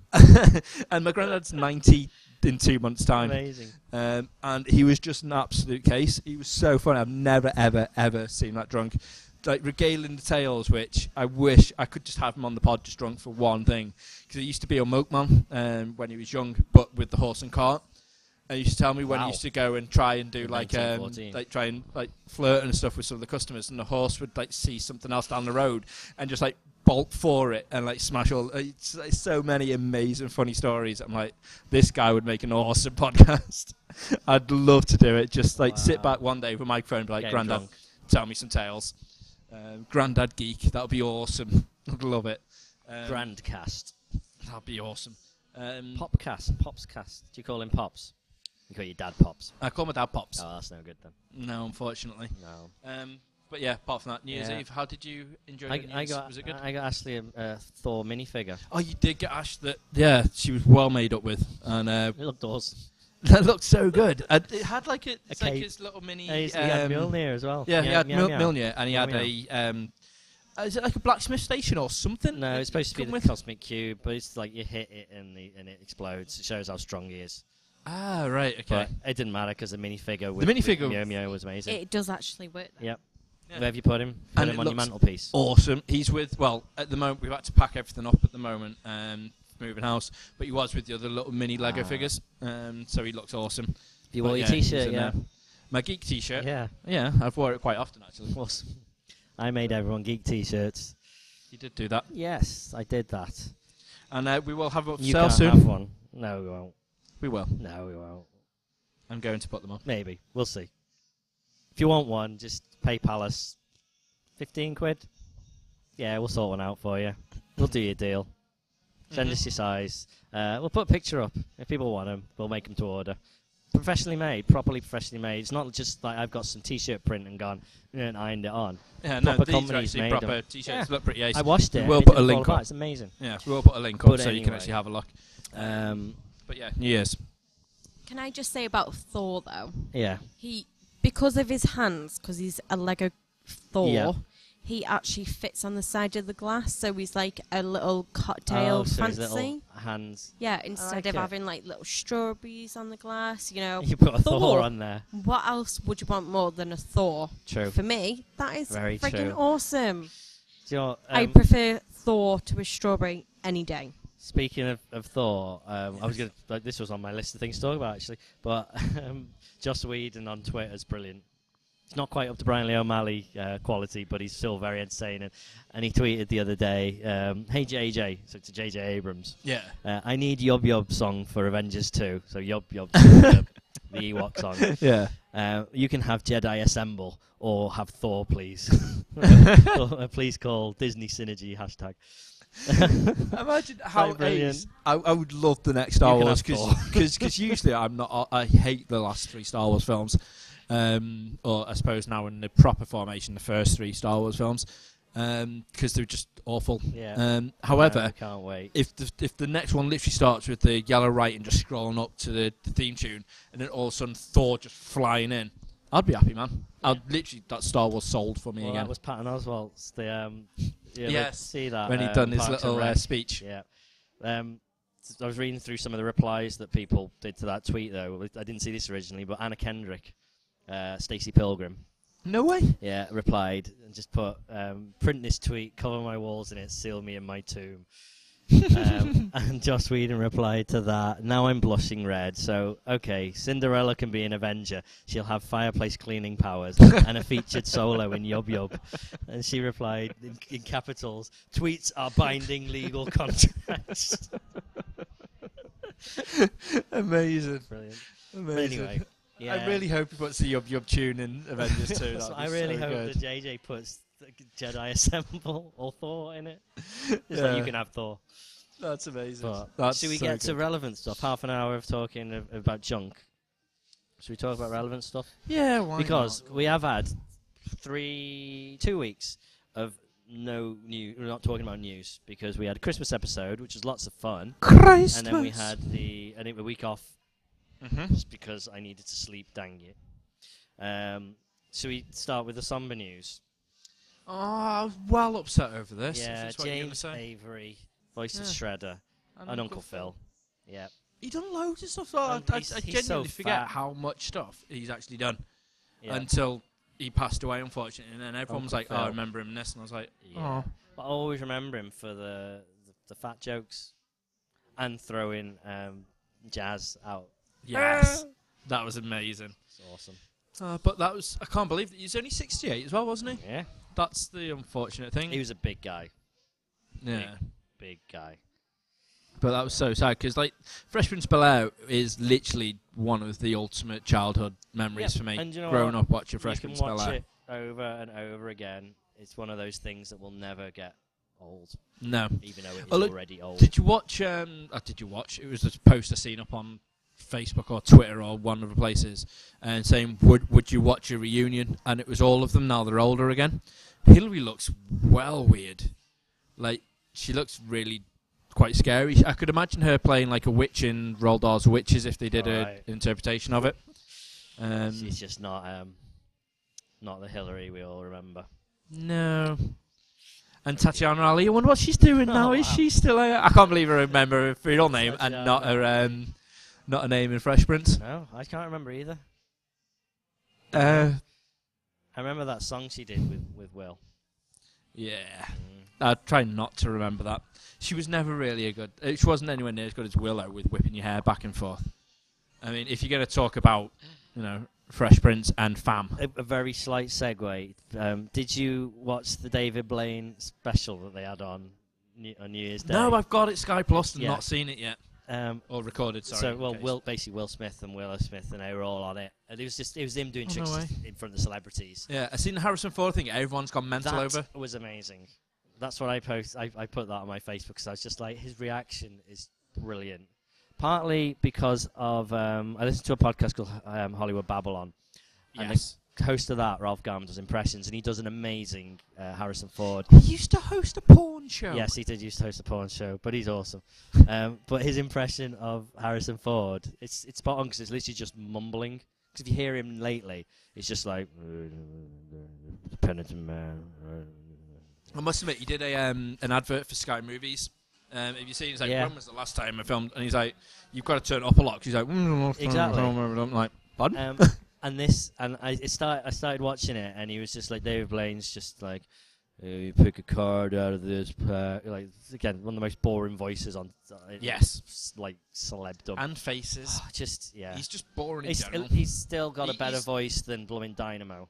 A: and my granddad's 90 in two months' time.
C: Amazing.
A: Um, and he was just an absolute case. He was so funny. I've never, ever, ever seen that drunk. Like regaling the tales, which I wish I could just have him on the pod just drunk for one thing. Because he used to be a milkman um, when he was young, but with the horse and cart. And he used to tell me when
C: Wow.
A: he used to go and try and do
C: In
A: like um,
C: 1914.
A: like try and like flirt and stuff with some of the customers, and the horse would like see something else down the road and just like bolt for it and like smash all. It's, like, so many amazing funny stories. I'm like, this guy would make an awesome podcast. I'd love to do it. Just like sit
C: Wow.
A: back one day with a microphone, and be like,
C: Getting
A: Grandad,
C: drunk.
A: tell me some tales. Um, Grandad geek, that would be awesome. I'd love it. Um,
C: Grandcast.
A: that'd be awesome. Um,
C: Popcast. Popscast. Do you call him Pops? You call your dad Pops.
A: I call my dad pops.
C: Oh, that's no good then.
A: No, unfortunately.
C: No.
A: Um, but yeah, apart from that, New Year's
C: Yeah.
A: Eve. How did you enjoy?
C: I,
A: your New
C: I
A: Year's?
C: got
A: Was it good?
C: I got Ashley a uh, Thor minifigure.
A: Oh, you did get Ash that. Yeah, she was well made up with, and uh,
C: It looked awesome.
A: that looked so good. Uh, it had like a, it's like
C: cape.
A: his little mini.
C: Uh, he's- he had
A: um,
C: Mjolnir as well.
A: Yeah, he had
C: meow,
A: Mil-
C: meow.
A: Milner, and he
C: Meow,
A: had a. Um, uh, is it like a blacksmith station or something?
C: No,
A: that
C: it's supposed to be
A: come
C: the
A: with?
C: cosmic cube, but it's like you hit it and the, and it explodes. It shows how strong he is.
A: Ah, right. Okay.
C: But it didn't matter because the minifigure with
A: minifigure-
C: with Meow Meow was amazing.
D: It does actually work. Though.
C: yep.
A: Yeah.
C: Where have you put him? Put
A: And
C: him
A: it
C: on your
A: looks
C: mantelpiece.
A: Awesome. He's with. Well, at the moment we've had to pack everything up at the moment. Um, moving house, but he was with the other little mini Lego
C: Ah.
A: figures. Um, so he looks awesome.
C: If you
A: But
C: wore
A: yeah,
C: your
A: he's
C: t-shirt,
A: in
C: yeah,
A: My geek T-shirt.
C: yeah,
A: Yeah, I've wore it quite often actually.
C: awesome. I made everyone geek t-shirts.
A: You did do that,
C: Yes, I did that.
A: and uh, we will have it for
C: You
A: sale
C: can't
A: soon.
C: have one. No, we won't.
A: We will.
C: No, we won't.
A: I'm going to put them on.
C: Maybe we'll see. If you want one, just PayPal us fifteen quid. Yeah, we'll sort one out for you. We'll do your deal. Send
A: Mhm.
C: us your size. Uh, we'll put a picture up if people want them. We'll make them to order. Professionally made, properly professionally made. It's not just like I've got some t-shirt print and gone you know, and ironed it on.
A: Mm-hmm. Yeah,
C: Proper
A: no, these are
C: companies
A: actually
C: made
A: proper
C: them.
A: T-shirts.
C: Yeah.
A: Look pretty ace.
C: I washed it.
A: We
C: and
A: will
C: it
A: put a
C: didn't fall
A: link
C: apart.
A: up.
C: It's amazing.
A: Yeah, we will put a link up
C: But
A: so you can
C: anyway.
A: actually have a look.
C: Um,
A: But yeah, New Year's.
D: Can I just say about Thor though?
C: yeah.
D: He because of his hands, because he's a Lego Thor.
C: Yeah.
D: He actually fits on the side of the glass, so he's like a little cocktail
C: oh, so his
D: fancy.
C: little hands.
D: Yeah, instead
C: like
D: of
C: it.
D: having like little strawberries on the glass, you know.
C: You put a
D: Thor.
C: Thor, on there.
D: What else would you want more than a Thor?
C: True.
D: For me, that is
C: Very
D: freaking
C: true.
D: awesome.
C: Do you know what,
D: I
C: um,
D: prefer Thor to a strawberry any day.
C: Speaking of, of Thor, um, I was going to, like, this was on my list of things to talk about actually, but um, Joss Whedon on Twitter is brilliant. It's not quite up to Brian Lee O'Malley uh, quality, but he's still very entertaining. And, he tweeted the other day, um, Hey JJ, so to JJ Abrams,
A: Yeah.
C: uh, I need Yob Yob song for Avengers 2. So Yob Yob, Yob, the Ewok song.
A: Yeah.
C: Uh, you can have Jedi Assemble or have Thor, please. Or, uh, please call Disney Synergy hashtag.
A: Imagine how
C: brilliant.
A: ace. I, I would love the next Star
C: You can
A: Wars
C: have
A: because usually I'm not. I hate the last three Star Wars films, um, or I suppose now in the proper formation, the first three Star Wars films, because they're just awful.
C: Yeah.
A: Um, however,
C: I can't wait.
A: if the if the next one literally starts with the yellow writing just scrolling up to the, the theme tune, and then all of a sudden Thor just flying in, I'd be happy, man. I'd literally that Star Wars sold for me
C: Well,
A: again
C: that was Patton Oswalt's. The um, yeah,
A: Yes,
C: see that
A: when he
C: um,
A: done his
C: Parks and
A: little uh,
C: Rec.
A: speech.
C: Yeah, um, s- I was reading through some of the replies that people did to that tweet though. I didn't see this originally, but Anna Kendrick, uh, Stacey Pilgrim,
A: No way.
C: Yeah, replied and just put um, print this tweet, cover my walls in it, seal me in my tomb. um, and Joss Whedon replied to that. Now I'm blushing red. So okay, Cinderella can be an Avenger. She'll have fireplace cleaning powers and a featured solo in Yob Yob. And she replied in, in capitals: "Tweets are binding legal contracts."
A: Amazing.
C: Brilliant. But
A: Amazing.
C: anyway, yeah.
A: I really hope he puts the Yub Yub tune in Avengers 2.
C: So
A: That'd
C: I
A: be
C: really
A: so
C: hope
A: good.
C: that JJ puts the g- Jedi Assemble or Thor in it. Just like
A: Yeah.
C: you can have Thor.
A: That's amazing.
C: But
A: That's
C: should we
A: so
C: get to
A: good.
C: relevant stuff? Half an hour of talking of, about junk. Should we talk about relevant stuff?
A: Yeah, why
C: because we have had three, two weeks of no new. We're not talking about news because we had a Christmas episode, which was lots of fun,
A: Christ.
C: and then we had Mm-hmm. the I think a week off
A: Mhm.
C: just because I needed to sleep. Dang it! Um, so we start with the somber news.
A: Oh, I was well upset over this. if
C: yeah,
A: that's what you're gonna
C: James
A: say.
C: Avery, voice
A: Yeah.
C: of Shredder, and, Uncle Phil. Yeah,
A: He done loads of stuff. though.
C: And
A: I, I,
C: he's-
A: I
C: he's so
A: genuinely forget
C: fat.
A: how much stuff he's actually done
C: yeah.
A: until he passed away, unfortunately. And then everyone was
C: Uncle
A: like, "Oh, I
C: Phil.
A: remember him in this," and I was like,
C: Yeah.
A: "Oh,
C: But I always remember him for the the, the fat jokes and throwing um, jazz out.
A: yes, that was amazing."
C: It's awesome.
A: Uh, but that was I can't believe that he's only 68 as well, wasn't he?
C: Yeah,
A: That's the unfortunate thing.
C: he was a big guy,
A: yeah.
C: big guy.
A: But that was so sad because like Fresh Prince of Bel Air is literally one of the ultimate childhood memories
C: Yeah,
A: for me.
C: and you know
A: growing
C: what?
A: up watching Fresh
C: you can
A: Prince of Bel
C: watch
A: Air.
C: it over and over again. It's one of those things that will never get old,
A: No.
C: even though it is
A: Oh, look,
C: already old.
A: Did you watch? Um, uh, did you watch? It was this post I seen up on Facebook or Twitter or one of the places, and saying would would you watch a reunion? And it was all of them now they're older again. Hillary looks well weird, like she looks really quite scary. I could imagine her playing like a witch in Roald Dahl's Witches if they did
C: Right.
A: a interpretation of it. Um,
C: She's just not um, not the Hillary we all remember.
A: no. And Tatiana Ali, I wonder what she's doing
C: Oh,
A: now. Is
C: wow.
A: she still? Uh, I can't believe I remember her real name and not her
C: Tatiana.
A: um, not her name in Fresh Prince.
C: No, I can't remember either.
A: Uh,
C: I remember that song she did with with Will.
A: yeah,
C: Mm.
A: I try not to remember that. She was never really a good. uh, She wasn't anywhere near as good as Willow with whipping your hair back and forth. I mean, if you're going to talk about, you know, Fresh Prince and Fam,
C: a, a very slight segue. Um, did you watch the David Blaine special that they had on New, on New Year's Day?
A: no, I've got it Sky Plus and
C: Yeah.
A: not seen it yet
C: um,
A: or recorded. Sorry.
C: so
A: in
C: well,
A: case.
C: Will basically Will Smith and Willow Smith and they were all on it, and it was just it was him doing
A: Oh, no
C: tricks
A: way.
C: in front of celebrities.
A: Yeah, I seen the Harrison Ford thing. Everyone's gone mental
C: that
A: over.
C: was amazing. That's what I post. I, I put that on my Facebook because I was just like, his reaction is brilliant. Partly because of um, I listened to a podcast called um, Hollywood Babylon, and
A: Yes.
C: host of that Ralph Garman does impressions, and he does an amazing uh, Harrison Ford
A: He used to host a porn show.
C: Yes, he did used to host a porn show, but he's awesome. um, but his impression of Harrison Ford, it's it's spot on because it's literally just mumbling. Because if you hear him lately, it's just like penitent man.
A: I must admit, he did a um, an advert for Sky Movies. Um, have you seen? He's like,
C: Yeah.
A: when was the last time I filmed? And he's like, you've got to turn it up a lot. 'cause he's like, mm,
C: Exactly.
A: I'm like, pardon?
C: Um, and this, and I it start, I started watching it, and he was just like David Blaine's, just like "Uh, you pick a card out of this pack. Like again, one of the most boring voices on.
A: yes.
C: s- like celebdom.
A: And faces.
C: just yeah.
A: He's just boring in
C: He's,
A: general.
C: he's still got
A: He-
C: a better
A: he's-
C: voice than blooming Dynamo.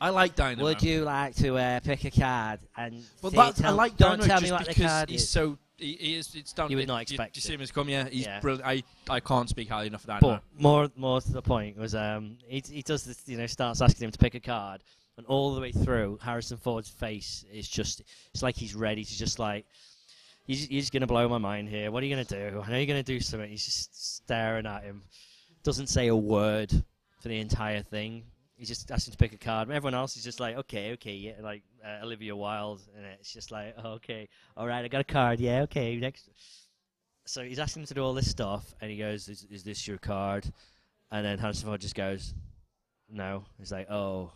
A: I like Dynamo.
C: Would you like to uh, pick a card and?
A: But
C: say-
A: that, I
C: tell-
A: like
C: Don't
A: Dynamo
C: tell
A: just
C: me what the
A: because
C: card
A: he's
C: is.
A: so. He, he is, it's down,
C: You would
A: it-
C: not
A: You,
C: expect
A: you
C: it.
A: see him as come, yeah? He's
C: Yeah.
A: brilliant. I, I can't speak highly enough of Dynamo.
C: but more, more to the point was um, he he does this, you know, starts asking him to pick a card, and all the way through, Harrison Ford's face is just, it's like he's ready to just like, he's he's gonna blow my mind here. What are you gonna do? I know you're gonna do something. He's just staring at him, doesn't say a word for the entire thing. He's just asking to pick a card. Everyone else is just like, okay, okay, yeah, like uh, Olivia Wilde, and it's just like, oh, okay, all right, I got a card, yeah, okay, next. So he's asking him to do all this stuff, and he goes, "Is, is this your card?" And then Harrison Ford just goes, "No." He's like, "Oh,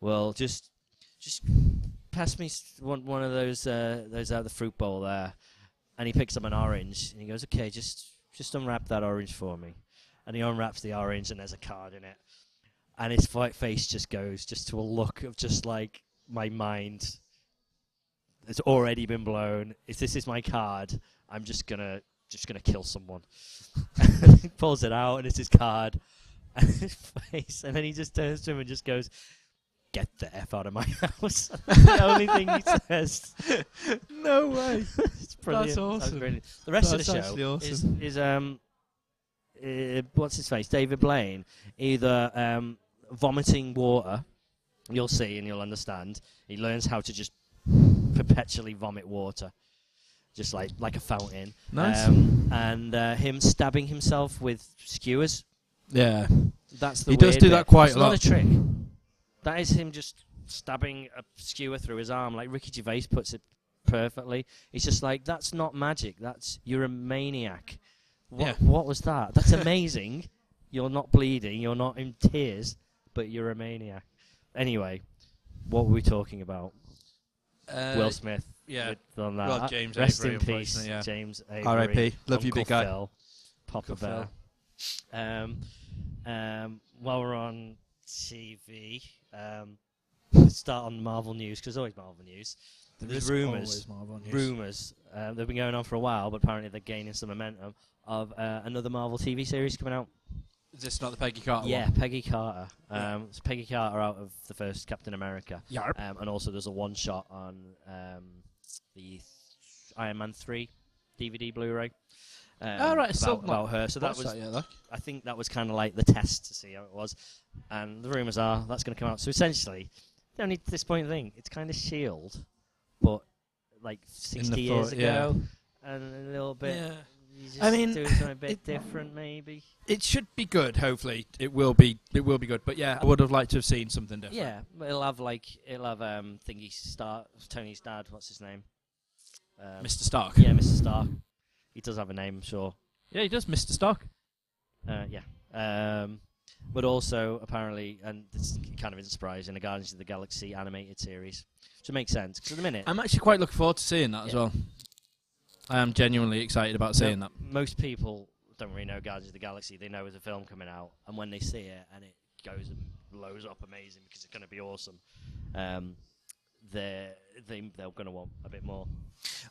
C: well, just, just pass me s- one one of those uh, those out of the fruit bowl there." And he picks up an orange, and he goes, "Okay, just just unwrap that orange for me." And he unwraps the orange, and there's a card in it. and his fi- face just goes just to a look of just like my mind has already been blown. If this is my card, I'm just gonna just gonna kill someone. he pulls it out and it's his card and his face, and then he just turns to him and just goes, "Get the f out of my house." the only thing he says.
A: no way.
C: it's brilliant. That's
A: awesome.
C: brilliant. The rest
A: That's
C: of the
A: actually
C: show
A: awesome.
C: is, is um, uh, what's his face? David Blaine, either um, vomiting water. You'll see and you'll understand. He learns how to just perpetually vomit water, just like like a fountain.
A: Nice.
C: Um, and uh, him stabbing himself with skewers.
A: yeah.
C: That's the
A: He does
C: weird
A: do
C: bit.
A: that quite
C: it's
A: a
C: Not
A: lot.
C: a trick. That is him just stabbing a skewer through his arm, like Ricky Gervais puts it perfectly. He's just like, "That's not magic. That's you're a maniac. What,
A: Yeah.
C: what was that? That's amazing. you're not bleeding. You're not in tears, but you're a maniac." Anyway, what were we talking about?
A: Uh,
C: Will Smith.
A: yeah.
C: with- on that.
A: Well, James
C: Rest
A: Avery,
C: in peace,
A: unfortunately, yeah.
C: James Avery.
A: R.I.P.. Love you,
C: Uncle
A: big guy.
C: Phil, Papa
A: Uncle
C: Bear. Um, um, while we're on TV, um, let's start on Marvel news because always Marvel news. There's rumours. Rumors uh, they've been going on for a while, but apparently they're gaining some momentum of uh, another Marvel TV series coming out.
A: Is this not the Peggy Carter
C: yeah,
A: one?
C: Peggy Carter.
A: Oh, Yeah.
C: Um, it's Peggy Carter out of the first Captain America,
A: Yarp.
C: um, and also there's a one shot on um, the th- Iron Man three DVD Blu-ray. Um,
A: Oh, right, it's still
C: about,
A: not-
C: about her. So that
A: What's
C: was,
A: yeah, look.
C: I think, that was kind of like the test to see how it was, and the rumors are that's going to come out. So essentially, the only disappointing thing, it's kind of Shield, E but like sixty years
A: thought- yeah.
C: ago, and a little bit.
A: Yeah.
C: You just
A: I mean,
C: doing something a bit
A: it-
C: different, maybe.
A: It should be good. Hopefully, it will be. It will be good. But yeah, I would have liked to have seen something different.
C: Yeah, but it'll have like it'll have um thingy star Tony's dad. What's his name? Um,
A: Mr. Stark.
C: Yeah, Mr. Stark. He does have a name, I'm sure.
A: Yeah, he does, Mr. Stark.
C: Uh, yeah. Um, but also apparently, and this kind of isn't surprising, the Guardians of the Galaxy animated series, which makes sense because at the minute
A: I'm actually quite looking forward to seeing that as
C: Yeah.
A: well. I am genuinely excited about
C: no-
A: seeing that.
C: most people don't really know Guardians of the Galaxy. They know there's a film coming out, and when they see it and it goes and blows up amazing because it's going to be awesome, um, they're they, they're going to want a bit more.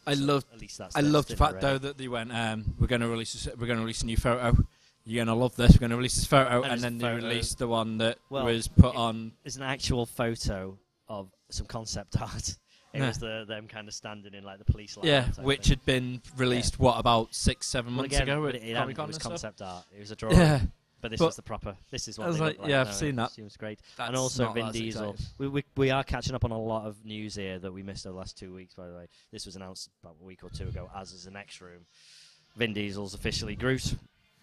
A: I love.
C: At least that's.
A: I
C: their
A: love the
C: stint
A: fact
C: already.
A: though that they went. Um, we're going to release. A, s- we're going to release a new photo. You're going to love this. We're going to release this photo,
C: And
A: and,
C: it's
A: then
C: a
A: they
C: photo.
A: released the one that
C: Well,
A: was put
C: it-
A: on.
C: It's an actual photo of some concept art. It
A: Yeah.
C: was the, them kind of standing in like the police line.
A: yeah, which had been released what about six, seven
C: months
A: months
C: again,
A: ago at
C: but it, it,
A: Comic
C: hadn't- it
A: Con
C: was
A: and stuff.
C: concept art. It was a drawing,
A: Yeah,
C: but this
A: but-
C: was the proper. This is what
A: I was
C: they
A: like,
C: look like
A: yeah, I've
C: now.
A: seen
C: It
A: that.
C: Seems great. and
A: That's
C: also
A: not
C: Vin
A: as
C: Diesel.
A: exciting.
C: We, we we are catching up on a lot of news here that we missed the last two weeks. By the way, this was announced about a week or two ago. As is the next room. Vin Diesel's officially Groot.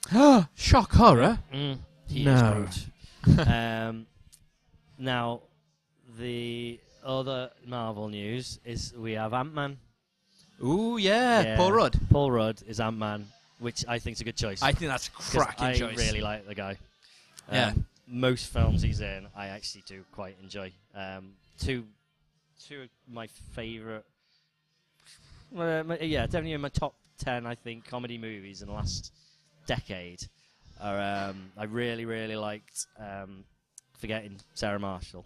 A: Shock horror.
C: Mm, he
A: No.
C: is Groot. um, now, the other Marvel news is we have Ant Man.
A: Ooh yeah, Paul Rudd.
C: Paul Rudd is Ant Man, which I think is a good choice.
A: I think that's a
C: 'cause
A: cracking
C: I
A: choice.
C: really like the guy. Um,
A: Yeah.
C: Most films he's in, I actually do quite enjoy. Um, two, two of my favorite. Well, uh, my- yeah, definitely in my top ten, I think, comedy movies in the last decade. Are, um, I really, really liked um, forgetting Sarah Marshall.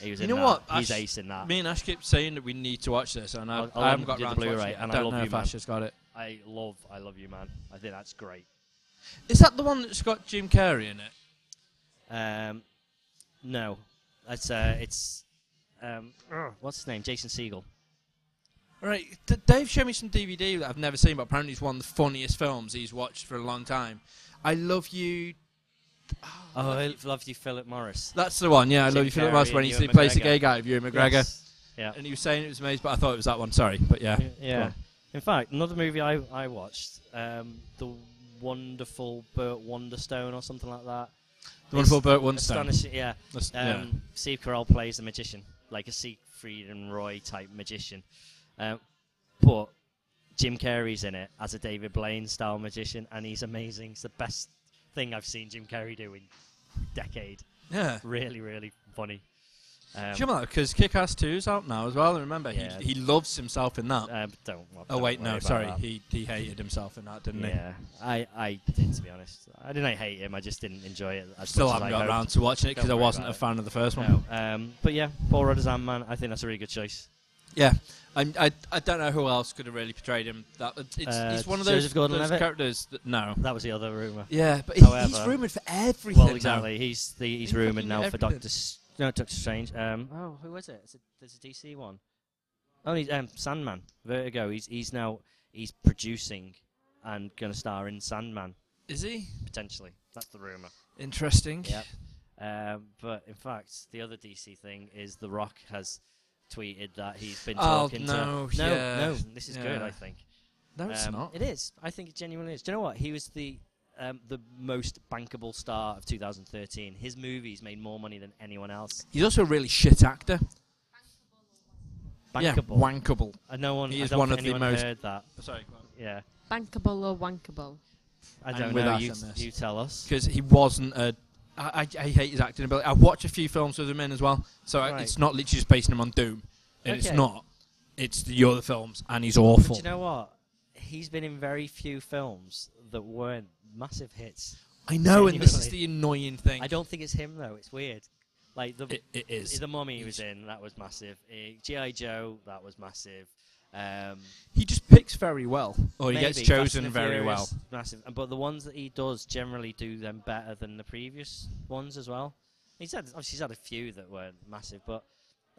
C: He was
A: You
C: in
A: know
C: that.
A: what?
C: He's
A: Ash-
C: ace in that.
A: Me and Ash keep saying that we need to watch this, and I,
C: I'll- I'll
A: I haven't
C: do
A: got
C: the
A: round to
C: Blu-ray,
A: watching it.
C: and I
A: don't
C: love
A: know
C: you,
A: if
C: man.
A: Ash has got it.
C: I love, I love you, man. I think that's great.
A: Is that the one that's got Jim Carrey in it?
C: Um, no, it's uh, it's um, ugh, what's his name? Jason Siegel.
A: Right, D- Dave showed me some DVD that I've never seen, but apparently it's one of the funniest films he's watched for a long time. I love you.
C: Oh, I loved you, Philip Morris.
A: That's the one. Yeah, I
C: Jim
A: love you, Philip
C: Carrey
A: Morris,
C: and
A: when he
C: Ewan
A: plays the
C: McGregor.
A: gay guy of Ewan McGregor,
C: Yes. Yeah.
A: and he was saying it was amazing, but I thought it was that one. Sorry, but yeah,
C: Y- Yeah. In fact, another movie I, I watched, um, the wonderful Burt Wonderstone or something like that.
A: the wonderful
C: It's
A: Burt Wonderstone.
C: Astonishing, yeah.
A: That's-
C: Um,
A: yeah.
C: Steve Carell plays a magician, like a Siegfried and Roy type magician. Um, but Jim Carrey's in it as a David Blaine style magician, and he's amazing. It's the best thing I've seen Jim Carrey do in decade.
A: yeah,
C: Really, really funny. Um,
A: Sure, because Kick-Ass 2's out now as well. And remember,
C: Yeah.
A: he, he loves himself in that.
C: um, don't, well,
A: oh
C: don't
A: wait,
C: worry
A: no,
C: about
A: sorry,
C: that.
A: he he hated himself in that, didn't
C: yeah, I, I did to be honest. I didn't hate him. I just didn't enjoy it.
A: he?
C: As
A: Still
C: much as
A: haven't
C: I
A: got
C: hoped.
A: around to watching it because
C: Don't
A: I
C: worry
A: wasn't a
C: about it.
A: fan of the first one.
C: No, um, but yeah, Paul Rudd as Ant Man. I think that's a really good choice.
A: Yeah, I'm, I I don't know who else could have really portrayed him. That it's, it's
C: Uh,
A: he's one of those,
C: Joseph
A: those
C: Gordon-Levitt?
A: characters that no.
C: That was the other rumor.
A: Yeah, but
C: However-
A: he's rumored for everything.
C: Well, exactly. He's the, he's
A: He's
C: rumored
A: fucking
C: now for
A: everything.
C: Doctor. S- no, Doctor Strange. Um, oh, who was it? It's a, there's a DC one. Oh, he's um, Sandman. Vertigo. He's he's now he's producing and gonna star in Sandman
A: Now. Is he
C: potentially. That's the rumor.
A: interesting?
C: Yep. Um, but in fact, the other DC thing is The Rock has tweeted that he's been
A: Oh,
C: talking
A: no,
C: to. No,
A: yeah,
C: no, this is good.
A: yeah.
C: I think.
A: No, Oh, it's
C: Um,
A: not.
C: It is. I think it genuinely is. Do you know what? He was the um, the most bankable star of 2013. His movies made more money than anyone else.
A: He's also a really shit actor. Yeah,
C: Bankable.
A: wankable.
C: Uh, no one.
A: He
C: I
A: is
C: don't
A: one
C: think
A: of the
C: anyone
A: most-
C: heard that.
A: Sorry,
C: Yeah.
D: Bankable or wankable?
C: I
A: I'm
C: don't
A: with
C: know.
A: us
C: You,
A: on this.
C: you tell us.
A: because he wasn't a. I, I, I hate his acting ability. I watch a few films with him in as well, so I-
C: Right.
A: it's not literally just basing him on Doom, and it's
C: Okay.
A: not. It's the other films, and he's
C: Do
A: awful.
C: you know what? He's been in very few films that weren't massive hits.
A: I know, and this is
C: Genuinely.
A: the annoying thing.
C: I don't think it's him though. It's weird. Like the
A: It, it is.
C: the mummy he was
A: He's-
C: in that was massive. Uh, GI Joe that was massive. Um,
A: He just picks very well, or he
C: Maybe.
A: gets
C: Fast
A: chosen
C: and
A: very well.
C: Furious, Massive, And- but the ones that he does generally do them better than the previous ones as well. He's had obviously he's had a few that weren't massive, but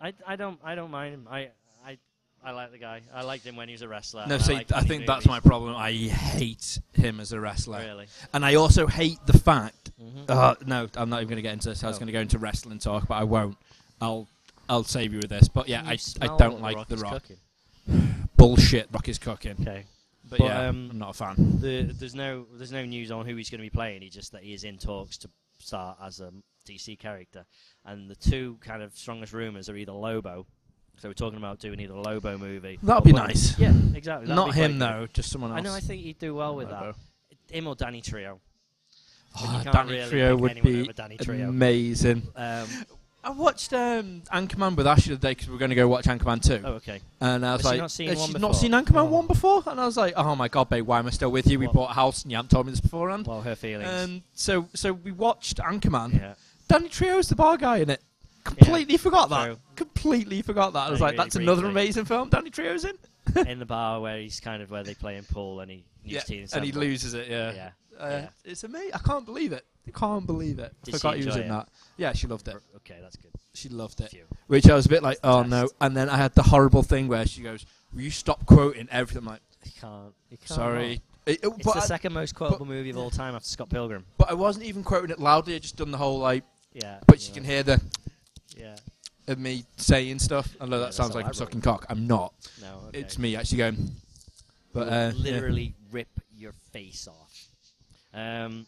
C: I, I don't I don't mind him. I, I I like the guy. I liked him when he was a wrestler.
A: No,
C: and
A: see,
C: liked him
A: I
C: in
A: think
C: his
A: that's my
C: movies.
A: problem. I hate him as a wrestler,
C: really.
A: and I also hate the fact.
C: Mhm.
A: Uh, no, I'm not even going to get into this. I was
C: Oh.
A: going to go into wrestling talk, but I won't. I'll I'll save you with this. But yeah,
C: Can you
A: I, I
C: smell
A: don't
C: what
A: like
C: Rock
A: the
C: is
A: Rock.
C: cooking?
A: bullshit Rock is cooking.
C: Okay.
A: But,
C: But,
A: yeah,
C: um,
A: I'm not a fan.
C: The, there's no there's no news on who he's going to be playing. He just that he is in talks to start as a DC character, and the two kind of strongest rumors are either Lobo. So we're talking about doing either a Lobo movie.
A: That'd
C: or
A: be
C: putting-
A: nice.
C: Yeah, exactly. that'd
A: Not
C: be quite
A: him
C: good.
A: though, just someone else.
C: I know. I think he'd do well with
A: Lobo.
C: that. Him or Danny Trio.
A: Oh,
C: You can't
A: Danny
C: really
A: Trio
C: pick
A: would
C: anyone
A: be
C: over Danny Trio.
A: amazing.
C: Um,
A: I watched um, Anchorman with Ashley today because we are going to go watch Anchorman two,
C: oh, okay.
A: and I was
C: Has she
A: like,
C: not seen
A: "Has
C: one
A: she not
C: before?"
A: seen Anchorman
C: Oh.
A: one before?" And I was like, "Oh my god, babe, why am I still with you? We
C: What?
A: bought a house and you haven't told me this beforehand."
C: Well, her feelings.
A: Um, so, so we watched Anchorman.
C: yeah.
A: Danny Trio's the bar guy in it. Completely forgot that.
C: True.
A: Completely forgot that. I was
C: Very,
A: like,
C: really
A: "That's another
C: briefly.
A: amazing film Danny Trio's in."
C: in the bar where he's kind of where they play in pool and he
A: Yeah,
C: used to
A: and he
C: assemble.
A: loses it.
C: Yeah.
A: Uh,
C: Yeah.
A: It's amazing. I can't believe it. I can't believe it.
C: Did she
A: Forgot he was
C: enjoy
A: in
C: it?
A: that. Yeah, she loved it.
C: Okay, that's good.
A: She loved it.
C: Phew.
A: Which I was a bit like,
C: It's a
A: oh no.
C: test.
A: And then I had the horrible thing where she goes, "Will you stop quoting everything?" I'm like,
C: He can't. He can't
A: sorry. It- it-
C: It's
A: but,
C: the
A: I,
C: second most quotable movie of all time after Scott Pilgrim.
A: but I wasn't even quoting it loudly. I just done the whole like,
C: Yeah.
A: but you
C: yeah,
A: can hear the
C: Yeah.
A: of me saying stuff. I know
C: Yeah,
A: that
C: that's
A: sounds
C: how
A: like
C: I
A: I'm
C: roll.
A: sucking cock. I'm not.
C: No.
A: It's me actually going. But uh, yeah.
C: literally rip your face off. Um,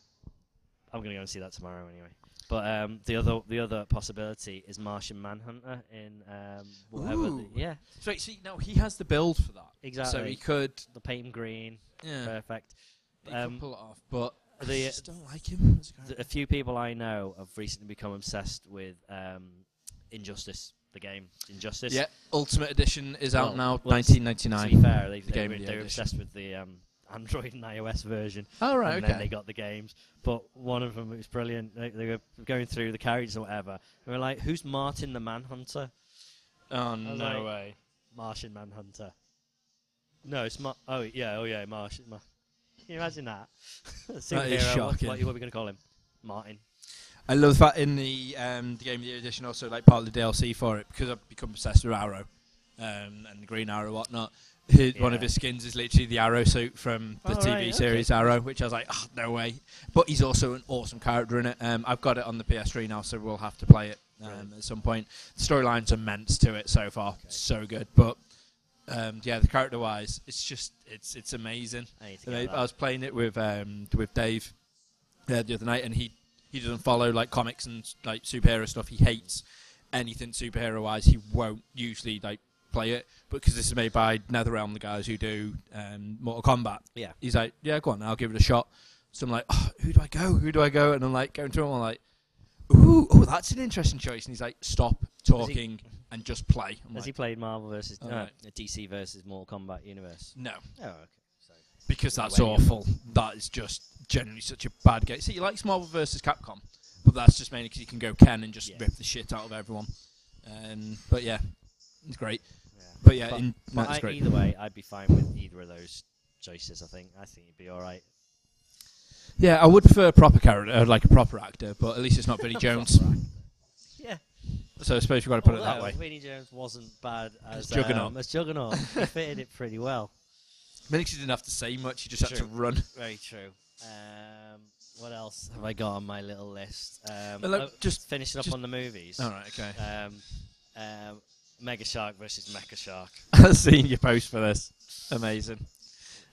C: I'm gonna go and see that tomorrow anyway. But um, the other the other possibility is Martian Manhunter in um, whatever. the-
A: Ooh.
C: yeah,
A: So see, no, he has the build for that,
C: exactly.
A: so he could.
C: the paint and green,
A: Yeah,
C: perfect.
A: he could
C: um,
A: pull it off, but I
C: the-
A: just don't like him. as a character.
C: Th- a few people I know have recently become obsessed with um, Injustice, the game Injustice.
A: Yeah, Ultimate Edition is out
C: Well,
A: now,
C: well, it's- To be
A: 1999.
C: fair, they,
A: The
C: they,
A: game
C: were,
A: of the
C: they were
A: edition.
C: obsessed with the um, Android and iOS version.
A: All right,
C: and
A: okay.
C: then they got the games. But one of them was brilliant. They, they were going through the characters or whatever. They were like, "Who's Martin the Manhunter?
A: oh
C: I
A: no
C: was like-
A: way.
C: Martian Manhunter." No, it's Mar- oh yeah, oh yeah, Martian. Mar- Can you imagine that? Superhero, what-
A: shocking.
C: What, what are we going to call him? Martin.
A: I love that in the um, the game of the year edition, also like part of the DLC for it, because I've become obsessed with Arrow um, and the Green Arrow and whatnot. His, One of
C: Yeah.
A: his skins is literally the Arrow suit from the
C: Oh,
A: TV
C: right,
A: series Arrow, which I was like, oh, no way. But he's also an awesome character in it. Um, I've got it on the PS3 now, so we'll have to play it um,
C: Brilliant.
A: at some point. The storyline's immense to it so far,
C: Okay.
A: so good. But um, yeah, the character-wise, it's just it's it's amazing.
C: I need to
A: And
C: get
A: I, I
C: that.
A: was playing it with um, with Dave uh, the other night, and he he doesn't follow like comics and like superhero stuff. He hates anything superhero wise. He won't usually like play it, but because this is made by NetherRealm, the guys who do um, Mortal Kombat,
C: Yeah.
A: he's like, yeah, go on, I'll give it a shot. So I'm like, oh, who do I go? Who do I go? And I'm like going through 'em, I'm like, ooh, oh, that's an interesting choice. And he's like, stop, talking, and just play. I'm
C: Has he
A: like,
C: played Marvel versus
A: Oh,
C: no,
A: right. Hmm.
C: DC versus Mortal Kombat universe?
A: no,
C: Oh, okay. So
A: because that's
C: Anyway, yeah.
A: awful. That is just generally such a bad game. See, he likes Marvel versus Capcom, but that's just mainly because he can go Ken and just
C: Yeah.
A: rip the shit out of everyone. Um, but yeah, it's great.
C: yeah.
A: But yeah,
C: But-
A: in,
C: But
A: that's
C: I-
A: great.
C: either way, I'd be fine with either of those choices. I think. I think you'd be all right.
A: Yeah, I would prefer a proper character, uh, like a proper actor, but at least it's not Vinnie Jones.
C: Yeah.
A: So I suppose you've got to put it that
C: Although
A: way.
C: Vinnie Jones wasn't bad
A: As
C: as,
A: Juggernaut.
C: um, as Juggernaut. he fitted it pretty well.
A: Minix didn't have to say much; he just had
C: True.
A: to run.
C: Very true. Um, what else have I got on my little list? Um,
A: Well, look,
C: oh,
A: just-
C: finishing up
A: just-
C: on the movies.
A: All right, okay.
C: Um, um, Mega Shark versus Mecha Shark.
A: I've seen your post for this. Amazing.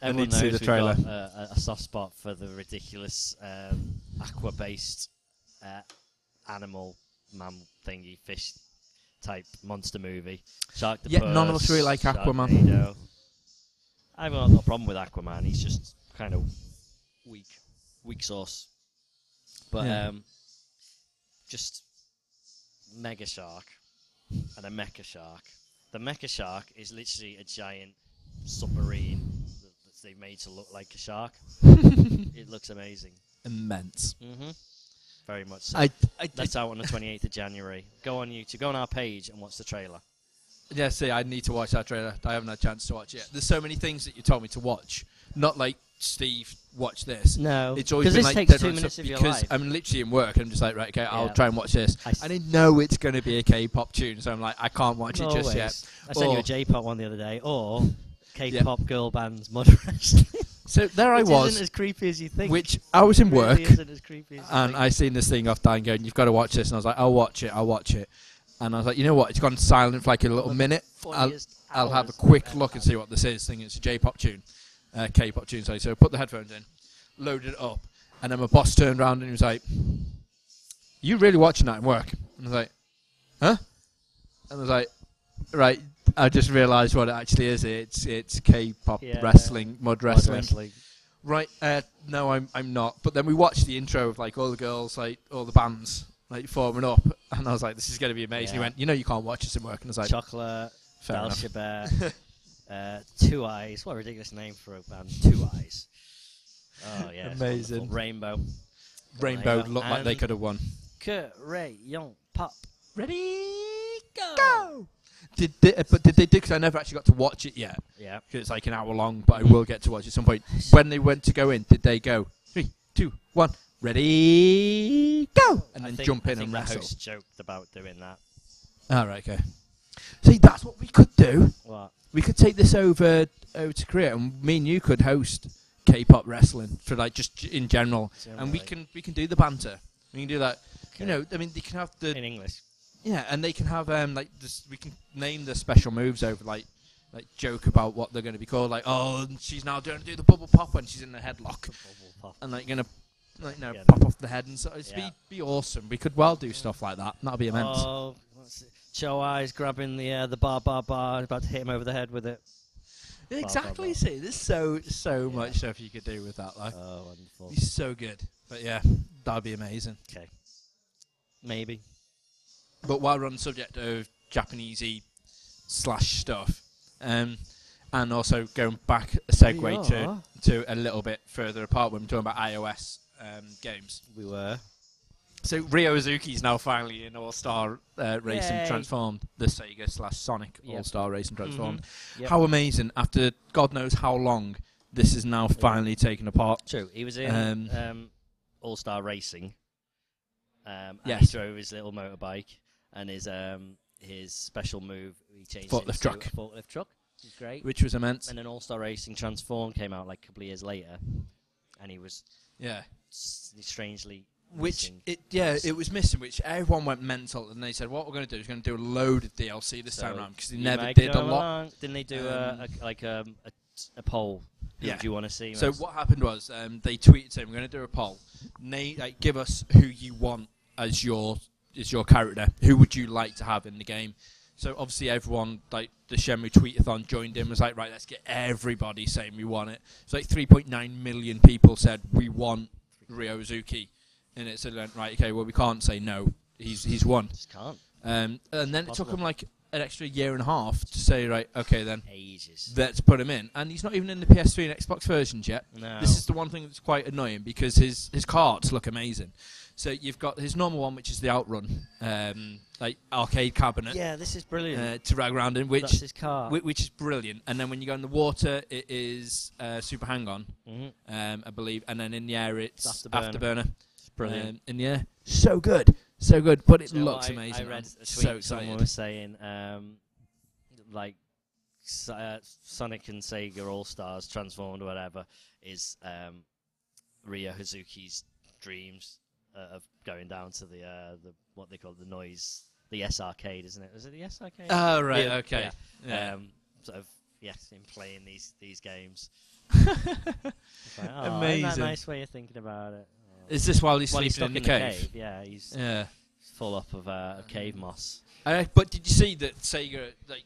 A: I
C: Everyone
A: need to see
C: knows
A: the
C: we've
A: trailer.
C: got a, a- a soft spot for the ridiculous um, aqua-based uh, animal man thingy fish type monster movie. Shark the
A: Yet none of us
C: Purse,
A: really like Aquaman.
C: Sharknado. I've not got a problem with Aquaman. He's just kind of weak, weak sauce. But
A: Yeah.
C: um, just mega shark and a mecha shark. The mecha shark is literally a giant submarine that that they've made to look like a shark. it looks amazing.
A: Immense.
C: Mm-hmm. Very much so.
A: I, I,
C: That's out on the 28th of January. Go on YouTube, go on our page and watch the trailer.
A: yeah, see, I need to watch that trailer. I haven't had a chance to watch it. There's so many things that you told me to watch. Not like Steve, watch this.
C: No,
A: it's always
C: 'cause
A: been
C: this
A: like
C: takes
A: dead
C: two
A: on stuff
C: minutes of your
A: because
C: life.
A: I'm literally in work. And I'm just like, right, okay, I'll
C: Yeah.
A: try and watch this.
C: I s-
A: and I know it's going to be a K-pop tune, so I'm like, I can't watch it just yet.
C: Always. I sent you
A: Or-
C: a J-pop one the other day, or K-pop girl bands mud wrestling.
A: So there I
C: which
A: was,
C: Isn't as creepy as you think.
A: which I was in
C: Really
A: work,
C: isn't as creepy as you
A: and
C: think.
A: I seen this thing off Dan going, "You've got to watch this," and I was like, "I'll watch it, I'll watch it," and I was like, "You know what? It's gone silent for like a little minute. I'll,
C: Funniest
A: I'll have a
C: hours
A: quick
C: I've
A: look and
C: had.
A: see what this is." Thinking it's a J-pop tune, uh, K-pop tune. Sorry. So I put the headphones in, loaded it up, and then my boss turned around and he was like, "You really watching that in work?" And I was like, "Huh?" And I was like, "Right." I just realised what it actually is. It's it's K-pop
C: Yeah.
A: wrestling, mud
C: Mud
A: wrestling. Right, uh, no, I'm I'm not. But then we watched the intro of like all the girls, like all the bands, like forming up, and I was like, "This is going to be amazing." He
C: Yeah.
A: went, "You know, you can't watch this in work," and I was like,
C: Chocolate,
A: "Fair
C: Dal
A: enough."
C: Shabat, uh, Two Eyes. What a ridiculous name for a band, Two Eyes. Oh yeah, it's
A: Amazing.
C: wonderful. Rainbow.
A: Rainbow
C: Rainbow
A: looked like they
C: and-
A: could have won.
C: Crayon pop.
A: Ready, go. Did they, uh, but did they do? Because I never actually got to watch it yet.
C: Yeah.
A: 'cause it's like an hour long, but I will get to watch it at some point. When they went to go in, did they go three, two, one, ready, go, and
C: I
A: then
C: think,
A: jump
C: I
A: in
C: think
A: and
C: the
A: wrestle?
C: host joked about doing that.
A: All right, okay. See, that's what we could do.
C: What?
A: We could take this over over to Korea, and me and you could host K-pop wrestling for like just g- in general, and we
C: Generally.
A: can we can do the banter. We can do that.
C: Okay.
A: You know, I mean, they can have the
C: in English.
A: yeah, and they can have um like this. We can name the special moves over like like joke about what they're going to be called. Like oh, and she's now going to do the bubble pop when she's in the headlock,
C: Bubble pop.
A: and like going to. Like no,
C: Yeah.
A: pop off the head and so it'd
C: Yeah.
A: be, be awesome. We could well do stuff like that. That'd be immense.
C: Oh, what's it? Cho Eyes grabbing the uh, the bar bar bar, about to hit him over the head with it. blah,
A: exactly.
C: blah.
A: See, there's so so
C: Yeah.
A: much stuff you could do with that. Like,
C: Oh, wonderful.
A: He's so good. But yeah, that'd be amazing.
C: Okay. Maybe.
A: But while we're on the subject of Japanesey slash stuff, um, and also going back a segue to,
C: are. Mm-hmm.
A: to a little bit further apart when we're talking about iOS um, games.
C: We were.
A: So Ryo Uzuki's now finally in All Star uh, Racing
C: Yay.
A: Transformed, the Sega slash Sonic
C: Yep. Mm-hmm.
A: All Star Racing Transformed.
C: Yep.
A: How amazing! After God knows how long, this is now finally taken apart.
C: True. He was in um,
A: Um,
C: All Star Racing. Um, and he
A: Yes.
C: drove his little motorbike and his um, his special move. He changed
A: Forklift
C: it into
A: truck.
C: A forklift truck. Which is great.
A: Which was immense.
C: And then All Star Racing Transform came out like a couple of years later, and he was
A: Yeah.
C: s- strangely
A: Which
C: missing
A: it yeah
C: parts.
A: it was missing, which everyone went mental, and they said, "What we're going to do is going to do a load of DLC this time
C: So,
A: around because they
C: you
A: never
C: might
A: did a
C: come
A: lot."
C: along. Didn't they do a,
A: Um,
C: a like um, a, t- a poll? Who
A: Yeah.
C: do you want to see?
A: So
C: most?
A: what happened was um, they tweeted saying, "We're going to do a poll. Name, like, give us who you want as your as your character. Who would you like to have in the game?" So obviously everyone like the Shenmue tweetathon joined in was like, "Right, let's get everybody saying we want it." So like 3.9 million people said we want Ryozuki, and it said, "Right, okay, well we can't say no. He's he's one."
C: Just can't.
A: Um, and then it took
C: Possible.
A: him like an extra year and a half to say, right, okay, then
C: Ages.
A: let's put him in. And he's not even in the PS3 and Xbox versions yet.
C: No.
A: This is the one thing that's quite annoying because his his carts look amazing. So you've got his normal one, which is the Outrun, um, like arcade cabinet
C: yeah, this is
A: uh,
C: brilliant.
A: to rag around in,
C: That's
A: which
C: his car.
A: whi- which is brilliant. And then when you go in the water, it is uh, Super Hang On,
C: Mhm.
A: um, I believe. And then in the air, it's
C: Afterburner.
A: Afterburner.
C: It's brilliant.
A: Um, in the air, so good, so good. But it
C: Do you know
A: looks
C: what? I-
A: amazing.
C: I read
A: I'm
C: a tweet
A: so
C: someone
A: excited.
C: was saying, um, like, S- uh, Sonic and Sega All Stars Transformed, or whatever, is um, Ria Hazuki's dreams uh, of going down to the uh, the what they call the noise, the S arcade, isn't it? Is it the S arcade?
A: Oh right,
C: Yeah,
A: okay. Yeah.
C: Um, sort of yes, in playing these these games. It's like, "Oh, Isn't
A: Amazing.
C: that a nice way of thinking about it. Oh.
A: Is this while he's
C: Well,
A: sleeping
C: he's stuck
A: in the cave?
C: Yeah, he's
A: Yeah.
C: full up of uh, of cave moss.
A: Uh, but did you see that Sega like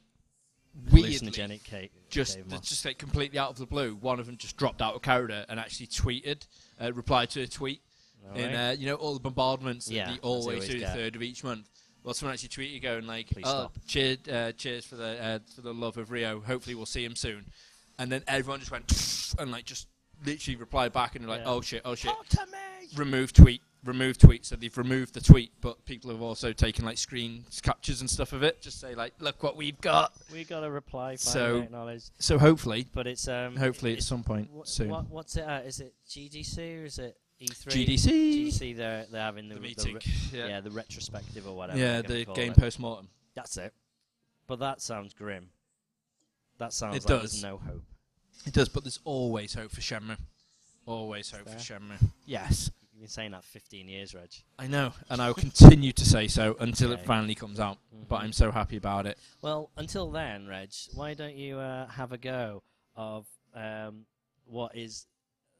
A: weirdly
C: hallucinogenic cake.
A: just
C: cave
A: th-
C: moss.
A: just like completely out of the blue, one of them just dropped out of character and actually tweeted, uh, replied to a tweet
C: Alright.
A: in uh, you know all the bombardments
C: Yeah,
A: that
C: that's
A: they
C: what we
A: always
C: always
A: do the
C: get.
A: third of each month. Well, someone actually tweeted going like,
C: Please
A: oh,
C: stop.
A: cheer, uh, cheers for the uh, for the love of Rio. Hopefully we'll see him soon. And then everyone just went and like just literally replied back and like,
C: Yeah.
A: oh shit, oh shit,
C: Talk to me!
A: remove tweet, remove tweet. So they've removed the tweet, but people have also taken like screen captures and stuff of it. Just say like, look what we've got.
C: We got a reply.
A: So-
C: So acknowledge,
A: So hopefully,
C: but it's um.
A: hopefully at some point
C: what,
A: soon.
C: What, what's it at? Is it GDC or is it E E3?
A: GDC.
C: GDC. They're they're having the,
A: The
C: re-
A: meeting.
C: re- yeah.
A: yeah,
C: the retrospective or
A: yeah,
C: whatever. they're gonna
A: the
C: call
A: game
C: it.
A: post mortem.
C: That's it. But that sounds grim. That sounds
A: It
C: like there's
A: does.
C: no hope.
A: It does, but there's always hope for Shenmue. Always hope
C: there?
A: for Shenmue. Yes,
C: You've been saying that 15 years, Reg.
A: I know, and I will continue to say so until
C: Okay.
A: it finally comes out. But
C: Mhm.
A: I'm so happy about it.
C: Well, until then, Reg, why don't you uh, have a go of um, what is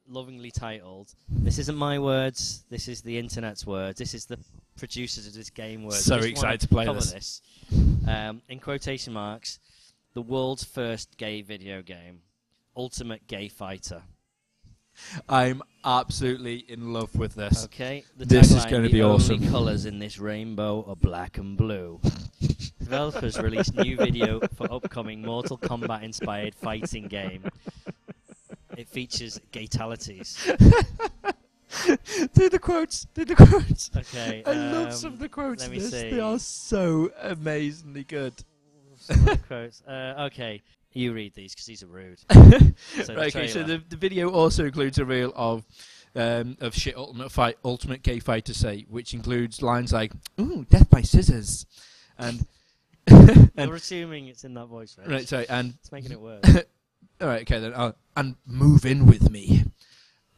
C: lovingly titled? This isn't my words. This is the internet's words. This is the producers of this game words.
A: So
C: I just wanna
A: excited to play
C: cover
A: this.
C: this. Um, in quotation marks, the world's first gay video game, Ultimate Gay Fighter.
A: I'm absolutely in love with this.
C: Okay. The
A: This is
C: tagline,
A: gonna
C: "The
A: be
C: only
A: awesome."
C: Colors in this rainbow are black and blue. Developers released new video for upcoming Mortal Kombat-inspired fighting game. It features gatalities.
A: do the quotes. Do the quotes.
C: Okay.
A: I love
C: um,
A: some of the quotes.
C: let
A: in
C: me
A: this.
C: see.
A: They are so amazingly good.
C: some of the quotes. Uh, okay, you read these because these are rude. So the
A: Right, okay, so
C: trailer.
A: the, the video also includes a reel of um, of shit ultimate fight ultimate gay fight to say, which includes lines like "Ooh, death by scissors," and
C: You're
A: and
C: assuming it's in that voice, right?
A: right, sorry, and
C: It's making it worse.
A: all right, okay then, uh, and move in with me,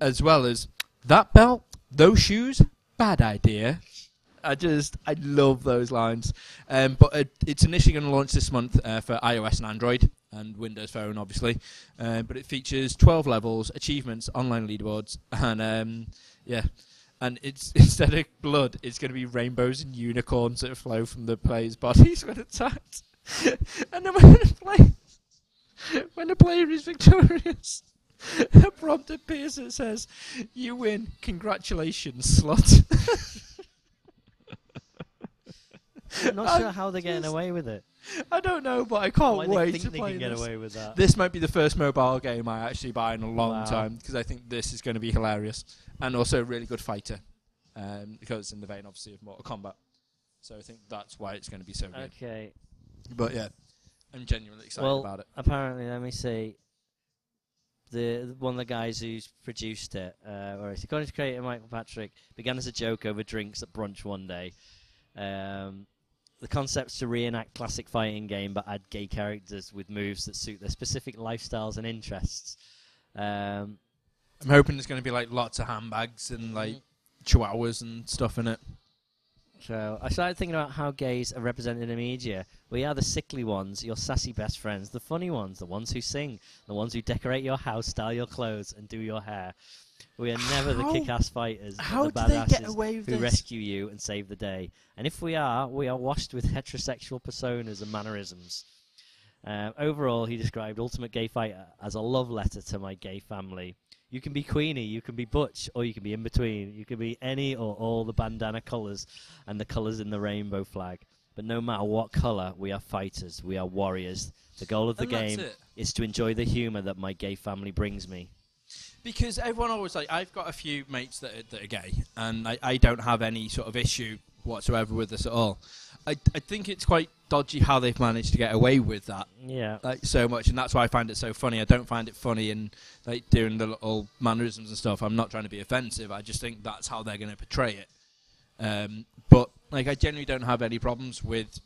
A: as well as that belt, those shoes, bad idea. I just I love those lines, um, but it, it's initially going to launch this month uh, for iOS and Android and Windows Phone, obviously. Um, but it features 12 levels, achievements, online leaderboards, and um, yeah, and it's instead of blood, it's going to be rainbows and unicorns that flow from the player's bodies when attacked, and then when the player when a player is victorious, a prompt appears that says, "You win, congratulations, slut."
C: I'm not
A: I'm
C: sure how they're getting
A: just-
C: away with it.
A: I don't know, but I can't
C: Why
A: wait
C: they think
A: to
C: they
A: play
C: can
A: this.
C: get away with that?
A: This might be the first mobile game I actually buy in a long
C: Wow.
A: time because I think this is going to be hilarious and also a really good fighter um, because it's in the vein, obviously, of Mortal Kombat. So I think that's why it's going to be so good.
C: Okay.
A: But yeah, I'm genuinely excited
C: Well,
A: about it.
C: apparently, let me see. The one of the guys who's produced it, uh, or it's according to creator Michael Patrick, began as a joke over drinks at brunch one day. Um, the concept's to reenact classic fighting game, but add gay characters with moves that suit their specific lifestyles and interests. Um,
A: I'm hoping there's going to be like lots of handbags and like
C: Mm-hmm.
A: chihuahuas and stuff in it.
C: So I started thinking about how gays are represented in media. We are the sickly ones, your sassy best friends, the funny ones, the ones who sing, the ones who decorate your house, style your clothes, and do your hair. We are never
A: How-
C: the kick-ass fighters, but
A: How
C: the
A: do they get
C: badasses
A: away with
C: who
A: this?
C: rescue you and save the day. And if we are, we are washed with heterosexual personas and mannerisms. Um, overall, he described Ultimate Gay Fighter as a love letter to my gay family. You can be Queenie, you can be Butch, or you can be in between. You can be any or all the bandana colours and the colours in the rainbow flag. But no matter what color, we are fighters. We are warriors. The goal of the
A: And that's
C: game
A: it.
C: is to enjoy the humor that my gay family brings me.
A: Because everyone always like, I've got a few mates that are, that are gay, and I, I don't have any sort of issue whatsoever with this at all. I, I think it's quite dodgy how they've managed to get away with that
C: Yeah.
A: like so much, and that's why I find it so funny. I don't find it funny in like doing the little mannerisms and stuff. I'm not trying to be offensive. I just think that's how they're going to portray it. Um, but like, I generally don't have any problems with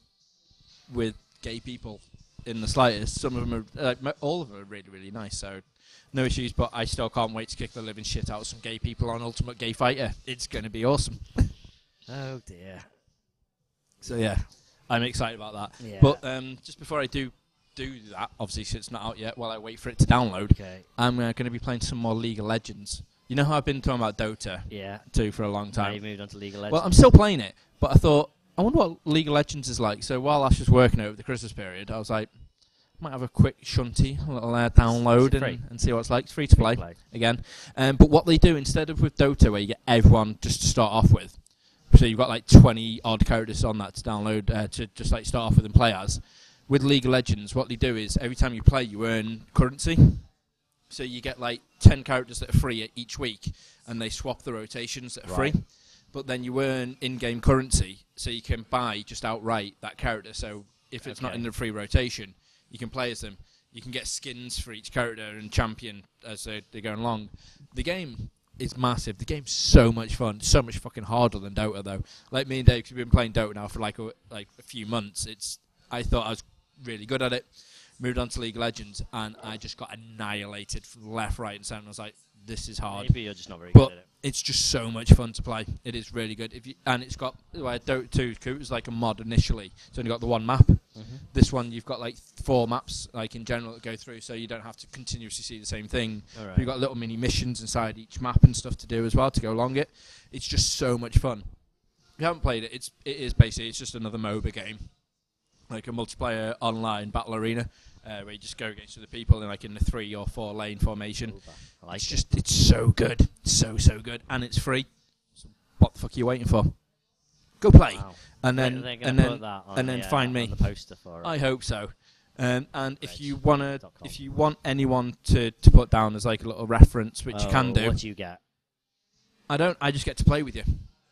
A: with gay people in the slightest. Some of them are like mo- all of them are really really nice, so no issues. But I still can't wait to kick the living shit out of some gay people on Ultimate Gay Fighter. It's going to be awesome.
C: Oh dear.
A: So yeah, I'm excited about that.
C: Yeah.
A: But um, just before I do do that, obviously since it's not out yet, while I wait for it to download,
C: Okay.
A: I'm uh, going to be playing some more League of Legends. You know how I've been talking about Dota
C: Yeah.
A: 2 for a long
C: Now
A: time.
C: you've moved on to League of Legends.
A: Well, I'm still playing it, but I thought I wonder what League of Legends is like. So while Ash was working over the Christmas period, I was like, might have a quick shunty, a little uh, download,
C: it free?
A: and, and see what it's like. It's free to play
C: Free to play.
A: again. Um, but what they do instead of with Dota, where you get everyone just to start off with, so you've got like 20 odd characters on that to download uh, to just like start off with and play as. With League of Legends, what they do is every time you play, you earn currency. So you get like 10 characters that are free each week, and they swap the rotations that are
C: Right.
A: free. But then you earn in-game currency, so you can buy just outright that character. So if it's not
C: Okay.
A: in the free rotation, you can play as them. You can get skins for each character and champion as they- they're going along. The game is massive. The game's so much fun, so much fucking harder than Dota though. Like me and Dave, 'cause we've been playing Dota now for like a, like a few months. It's I thought I was really good at it. Moved on to League of Legends and I just got annihilated from left, right, and centre. Oh, I was like, this is hard
C: Maybe you're just not very
A: but
C: good at it.
A: it's just so much fun to play. It is really good. If you, and it's got like Dota 2 'cause it was like a mod initially. It's only got the one map. This one you've got like four maps like in general that go through, so you don't have to continuously see the same thing.
C: All right.
A: You've got little mini missions inside each map and stuff to do as well to go along it. It's just so much fun. If you haven't played it, it's it is basically it's just another MOBA game, like a multiplayer online battle arena. Uh, where you just go against other people in like in the three or four lane formation,
C: I like
A: it's
C: it.
A: just it's so good, so so good, and it's free. So what the fuck are you waiting for? Go play,
C: Wow.
A: and then
C: They're gonna
A: and
C: put
A: then
C: that on
A: and then
C: the, uh,
A: find
C: on
A: me.
C: the poster for it.
A: I hope so. Um, and if
C: Reg
A: you wanna,
C: dot com.
A: if you want anyone to, to put down as like a little reference, which you can
C: Oh,
A: do,
C: What do you get?
A: I don't. I just get to play with you,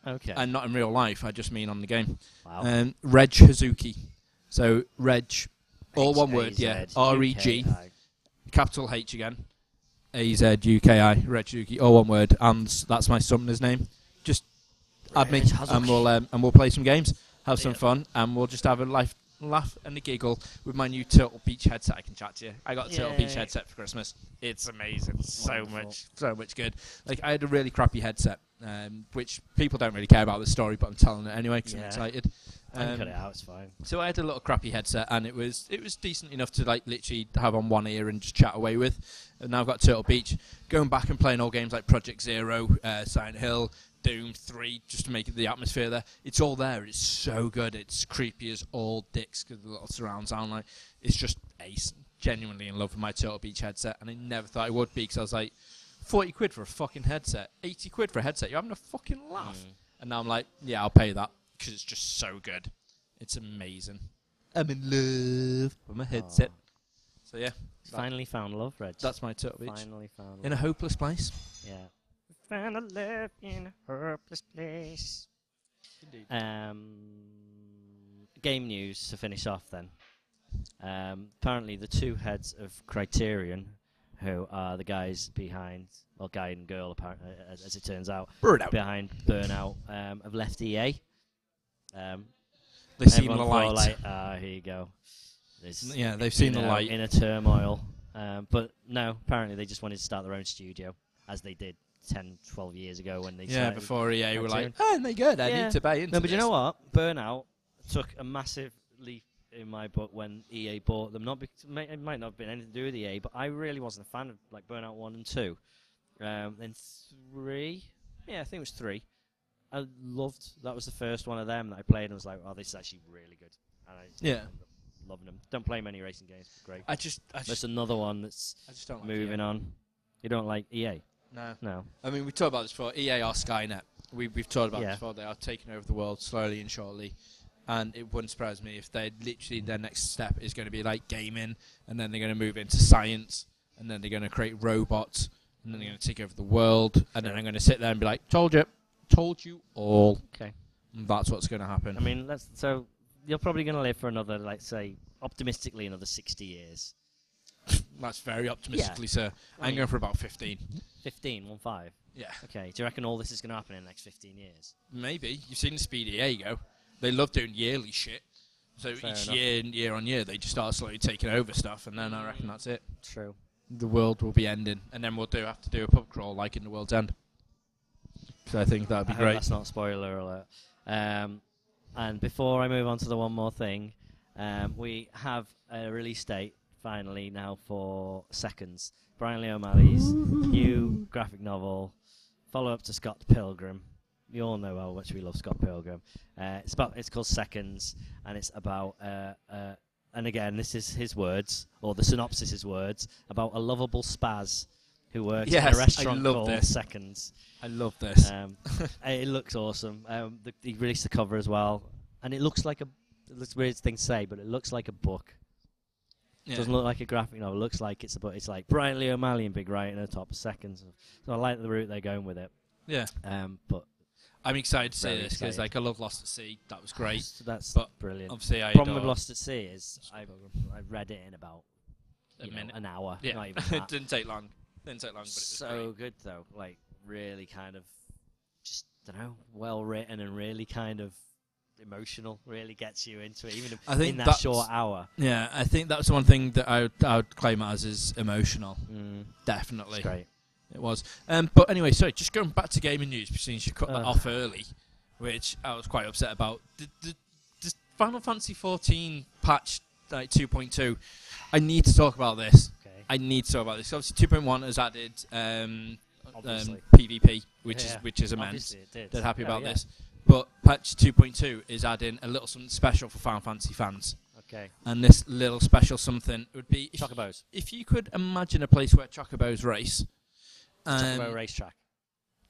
C: Okay.
A: and not in real life. I just mean on the game.
C: wow.
A: Um, Reg Hazuki, so Reg, all one word,
C: H A
A: yeah,
C: Z
A: R E G.
C: U K I.
A: capital H again, A Z U K I, Red Juki, all one word, and s- that's my summoner's name. Just add me,
C: Red Hazuki.
A: and we'll um, and we'll play some games, have some
C: Yeah.
A: fun, and we'll just have a life laugh and a giggle with my new Turtle Beach headset. I can chat to you. I got a Turtle Beach
C: Yay.
A: headset for Christmas. It's amazing, so
C: Wonderful.
A: much, so much good. Like I had a really crappy headset, um, which people don't really care about the story, but I'm telling it anyway because I'm
C: Yeah.
A: excited.
C: I can
A: Um,
C: cut it out. It's fine.
A: so I had a little crappy headset, and it was it was decent enough to like literally have on one ear and just chat away with. And now I've got Turtle Beach, going back and playing old games like Project Zero, uh, Silent Hill, Doom Three, just to make the atmosphere there. It's all there. It's so good. It's creepy as all dicks because the little surround sound like it's just ace. Genuinely in love with my Turtle Beach headset, and I never thought I would be because I was like, forty quid for a fucking headset, eighty quid for a headset. You're having a fucking laugh.
C: Mm.
A: And now I'm like, yeah, I'll pay that because it's just so good. It's amazing. I'm in love with my headset.
C: Aw.
A: So yeah, that-
C: Finally found love, Reg.
A: that's my turtle beach.
C: finally found
A: In a
C: love.
A: hopeless place.
C: yeah. Found a love in a hopeless place.
A: Indeed.
C: Um, game news to finish off then. Um, apparently, the two heads of Criterion, who are the guys behind, well, guy and girl, apparently, as, as it turns out, behind Burnout, um, have left EA. Um,
A: They've seen the
C: everyone
A: light.
C: thought, like, ah, here you go. This-
A: Yeah, they've
C: you
A: seen the
C: know,
A: light.
C: in a turmoil. Um, but no, apparently they just wanted to start their own studio, as they did 10, 12 years ago when they
A: Yeah,
C: started.
A: before EA were like,
C: cartoon.
A: oh, they're good. I
C: Yeah.
A: need to buy into
C: No, but you know
A: this."
C: what? Burnout took a massive leap in my book when EA bought them. Not because it may- it might not have been anything to do with EA, but I really wasn't a fan of like Burnout one and two. Um, then three, yeah, I think it was three. I loved that was the first one of them that I played and was like, oh, this is actually really good. And I
A: Yeah.
C: ended up loving them. Don't play many racing games, but great.
A: I just, I
C: There's
A: just,
C: another one that's
A: I just don't like E
C: moving
A: EA.
C: on. You don't like EA?
A: No.
C: No.
A: I mean, we talked E about this before. EA are Skynet. We, we've talked about
C: Yeah.
A: this before. They are taking over the world slowly and surely. And it wouldn't surprise me if they literally their next step is going to be like gaming, and then they're going to move into science, and then they're going to create robots, and then they're going to take over the world, and then I'm going to sit there and be like, "Told you, told you all."
C: Okay.
A: And that's what's going to happen.
C: I mean, let's. So you're probably going to live for another, like, say, optimistically, another 60 years.
A: that's very optimistically, sir.
C: I
A: I'm
C: mean-
A: going for about 15.
C: 15, one five.
A: Yeah,
C: Okay. Do you reckon all this is going to happen in the next 15 years?
A: maybe. You've seen Speedy Diego. They love doing yearly shit. So
C: Fair
A: each
C: enough.
A: year, year on year, they just start slowly taking over stuff, and then I
C: Mm.
A: reckon that's it.
C: True.
A: the world will be ending, and then we'll do have to do a pub crawl like in the World's End. So I think that'd be
C: I hope
A: great.
C: that's not spoiler alert. Um, and before I move on to the one more thing, um, we have a release date finally now for Seconds. Brian Lee O'Malley's new graphic novel, follow up to Scott Pilgrim. You all know how much we love Scott Pilgrim. Uh, it's about it's called Seconds, and it's about uh, uh, and again this is his words or the synopsis is words about a lovable spaz who works at
A: Yes,
C: a
A: I
C: restaurant
A: love
C: called
A: this.
C: Seconds.
A: I love this.
C: Um, uh, it looks awesome. Um, the, he released the cover as well, and it looks like a. It looks weird thing to say, but it looks like a book.
A: Yeah.
C: Doesn't look like a graphic novel. It looks like it's a book. It's like Brian Lee O'Malley in big writing at the top of seconds. So I like the route they're going with it.
A: yeah,
C: Um, but
A: I'm excited to see
C: Very
A: this because like
C: excited.
A: I love Lost at Sea. That was great.
C: so that's
A: But
C: brilliant.
A: Obviously, I
C: Problem with
A: adore
C: Lost at Sea is I
A: Scott Pilgrim.
C: I read it in about
A: a
C: you know,
A: minute.
C: an hour.
A: yeah,
C: Not even
A: it
C: that.
A: didn't take long. Didn't take long, but it was
C: so good though. Like really kind of just don't know, well written and really kind of emotional. Really gets you into it, even if-
A: I think
C: in that
A: that's-
C: short hour.
A: great. Yeah, I think that's one thing that I would, I would claim as is emotional.
C: Mm,
A: Definitely,
C: it's great.
A: it was. Um, but anyway, so just going back to gaming news, since you cut that
C: Ugh.
A: off early, which I was quite upset about. Did, did, does Final Fantasy 14 patch like 2.2? I need to talk about this.
C: Okay.
A: I need to talk about this. Obviously, 2.1 has added um, um,
C: Obviously.
A: PvP, which
C: Yeah.
A: is which is immense.
C: Obviously it did.
A: They're happy
C: Oh,
A: about
C: yeah.
A: this. But patch 2.2 is adding a little something special for Final Fantasy fans,
C: Okay.
A: and this little special something would be if,
C: Chocobos.
A: if you could imagine a place where chocobos race.
C: Chocobo
A: um,
C: racetrack.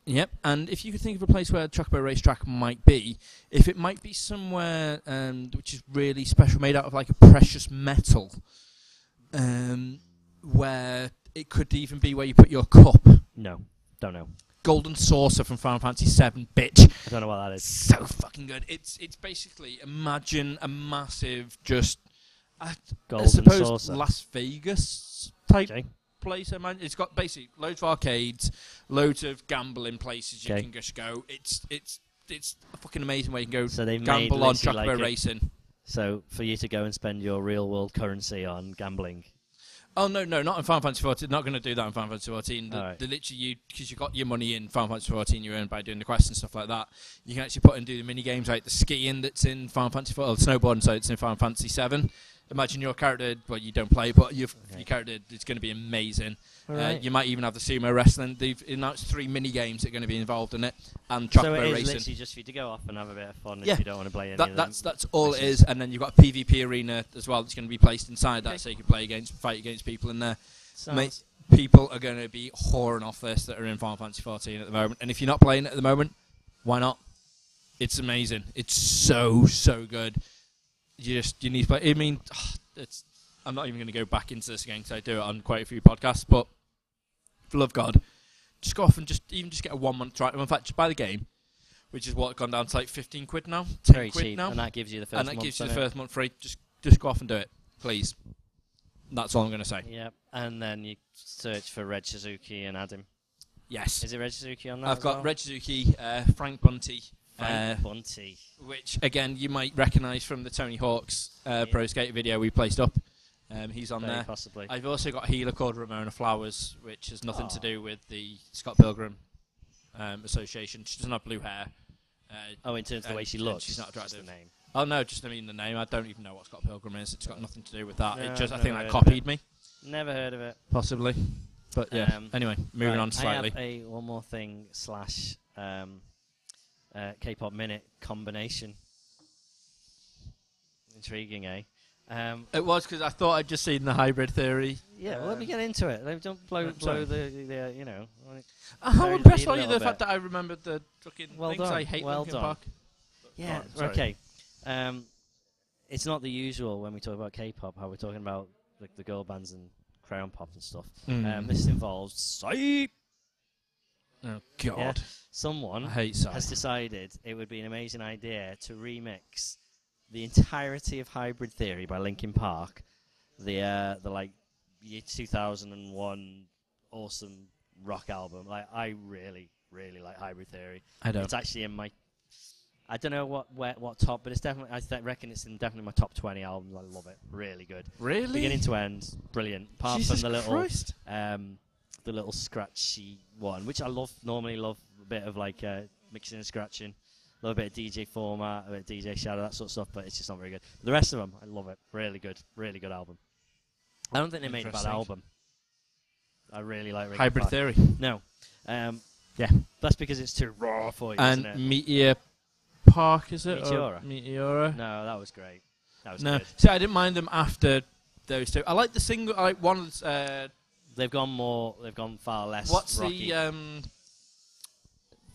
A: Yep, and if you could think of a place where Chocobo Racetrack might be, if it might be somewhere um, which is really special, made out of like a precious metal, um, where it could even be where you put your cup.
C: No, don't know.
A: Golden saucer from Final Fantasy VII, bitch.
C: I don't know what that
A: It's
C: is.
A: so fucking good. It's it's basically imagine a massive just I, I
C: Golden
A: suppose
C: saucer.
A: Las Vegas type
C: okay.
A: place. I mean, it's got basically loads of arcades, loads of gambling places you
C: Okay.
A: can just go. It's it's it's a fucking amazing way you can go
C: So they made
A: gamble on
C: literally
A: Chocobo
C: like it-
A: racing.
C: So for you to go and spend your real world currency on gambling.
A: Oh no, no, not in Final Fantasy 14. Not going to do that in Final Fantasy 14. The,
C: Alright.
A: the literally you because you got your money in Final Fantasy 14, you earn by doing the quests and stuff like that. You can actually put and do the mini games like the skiing that's in Final Fantasy 4, or snowboarding, so it's in Final Fantasy 7. Imagine your character. Well, you don't play, but your
C: Okay.
A: your character is going to be amazing. Uh,
C: Alright.
A: you might even have the sumo wrestling. They've announced three mini games that are going to be involved in it, and
C: so
A: chocobo
C: it is
A: racing.
C: literally just for you to go off and have a bit of fun
A: Yeah.
C: if you don't want to play any
A: That,
C: of
A: that's
C: them.
A: that's all it
C: races.
A: is, and then you've got a PvP arena as well that's going to be placed inside
C: Okay.
A: that, so you can play against, fight against people in there.
C: Sounds-
A: Mate, people are going to be whoring off this that are in Final Fantasy 14 at the moment, and if you're not playing it at the moment, why not? It's amazing. It's so so good. You just you need to play. I mean, it's. I'm not even going to go back into this again because I do it on quite a few podcasts, but for love of God, just go off and just even just get a one month trial. In fact, just buy the game, which is what gone down to like 15 quid now, 10
C: very
A: quid
C: cheap,
A: now,
C: and that gives you the first.
A: and that
C: month,
A: gives you the
C: doesn't it?
A: first month free. Just just go off and do it, please. That's all I'm going to say.
C: Yep, and then you search for Red Suzuki and add him.
A: Yes,
C: Is it Red Suzuki on that?
A: I've
C: as
A: got
C: well?
A: Red Suzuki, uh, Frank Bunty,
C: Frank
A: uh,
C: Bunty.
A: which again you might recognise from the Tony Hawk's uh,
C: Yeah.
A: Pro Skate video we placed up. Um, he's on
C: very
A: there.
C: possibly.
A: I've also got a healer called Ramona Flowers, which has nothing
C: Aw.
A: to do with the Scott Pilgrim um, Association. She doesn't have blue hair. Uh,
C: oh, in terms of the
A: and-
C: way she
A: and
C: looks.
A: she's not
C: just the
A: attractive.
C: name.
A: oh no, just I mean the name. I don't even know what Scott Pilgrim is. It's got nothing to do with that.
C: No,
A: it just I
C: I've
A: think
C: never
A: that
C: heard of it.
A: copied me
C: Never heard of it.
A: possibly. But yeah.
C: Um,
A: anyway, moving
C: Right,
A: on slightly.
C: I have a one more thing slash um, uh, K-pop minute combination. Intriguing, eh? Um,
A: It was because I thought I'd just seen the hybrid theory.
C: yeah, well, let me
A: Um,
C: get into it. Let- Don't blow,
A: I'm
C: blow
A: uh, sorry.
C: the, the, you know. like-
A: Uh, How
C: Buried the
A: impressed
C: lead a
A: are you
C: little
A: the fact
C: bit.
A: that I remembered the fucking
C: Well
A: things
C: done,
A: I hate
C: well
A: Linkin
C: done.
A: Park?
C: Yeah.
A: Oh, sorry.
C: okay. Um, it's not the usual when we talk about K-pop how we're talking about like the girl bands and crayon pop and stuff.
A: Mm.
C: Um, this involves Psy.
A: oh
C: Yeah.
A: God,
C: Someone
A: I hate Psy.
C: has decided it would be an amazing idea to remix the entirety of Hybrid Theory by Linkin Park, the uh, the like year 2001 awesome rock album. Like I really really like Hybrid Theory.
A: I
C: It's actually in my. I don't know what where, what top, but it's definitely. I th- reckon it's in definitely my top twenty albums. I love it. Really good,
A: really.
C: beginning to end, brilliant. Apart
A: Jesus
C: from the little,
A: Christ.
C: um, the little scratchy one, which I love. Normally love a bit of like uh, mixing and scratching, love a bit of DJ format, a bit of DJ shadow, that sort of stuff. But it's just not very good. the rest of them, I love it. Really good, really good album. I don't think they made a bad
A: Interesting.
C: album. I really like Linkin
A: Hybrid
C: Park.
A: Theory
C: No, um,
A: Yeah.
C: that's because it's too raw for you, isn't it?
A: and Meteor Park is it? Or
C: Meteora.
A: Meteora.
C: No, that was great. That was
A: No,
C: good.
A: see, I didn't mind them after those two. I like the single. I like one. of the, Uh,
C: They've gone more. They've gone far less.
A: what's
C: rocky.
A: the um?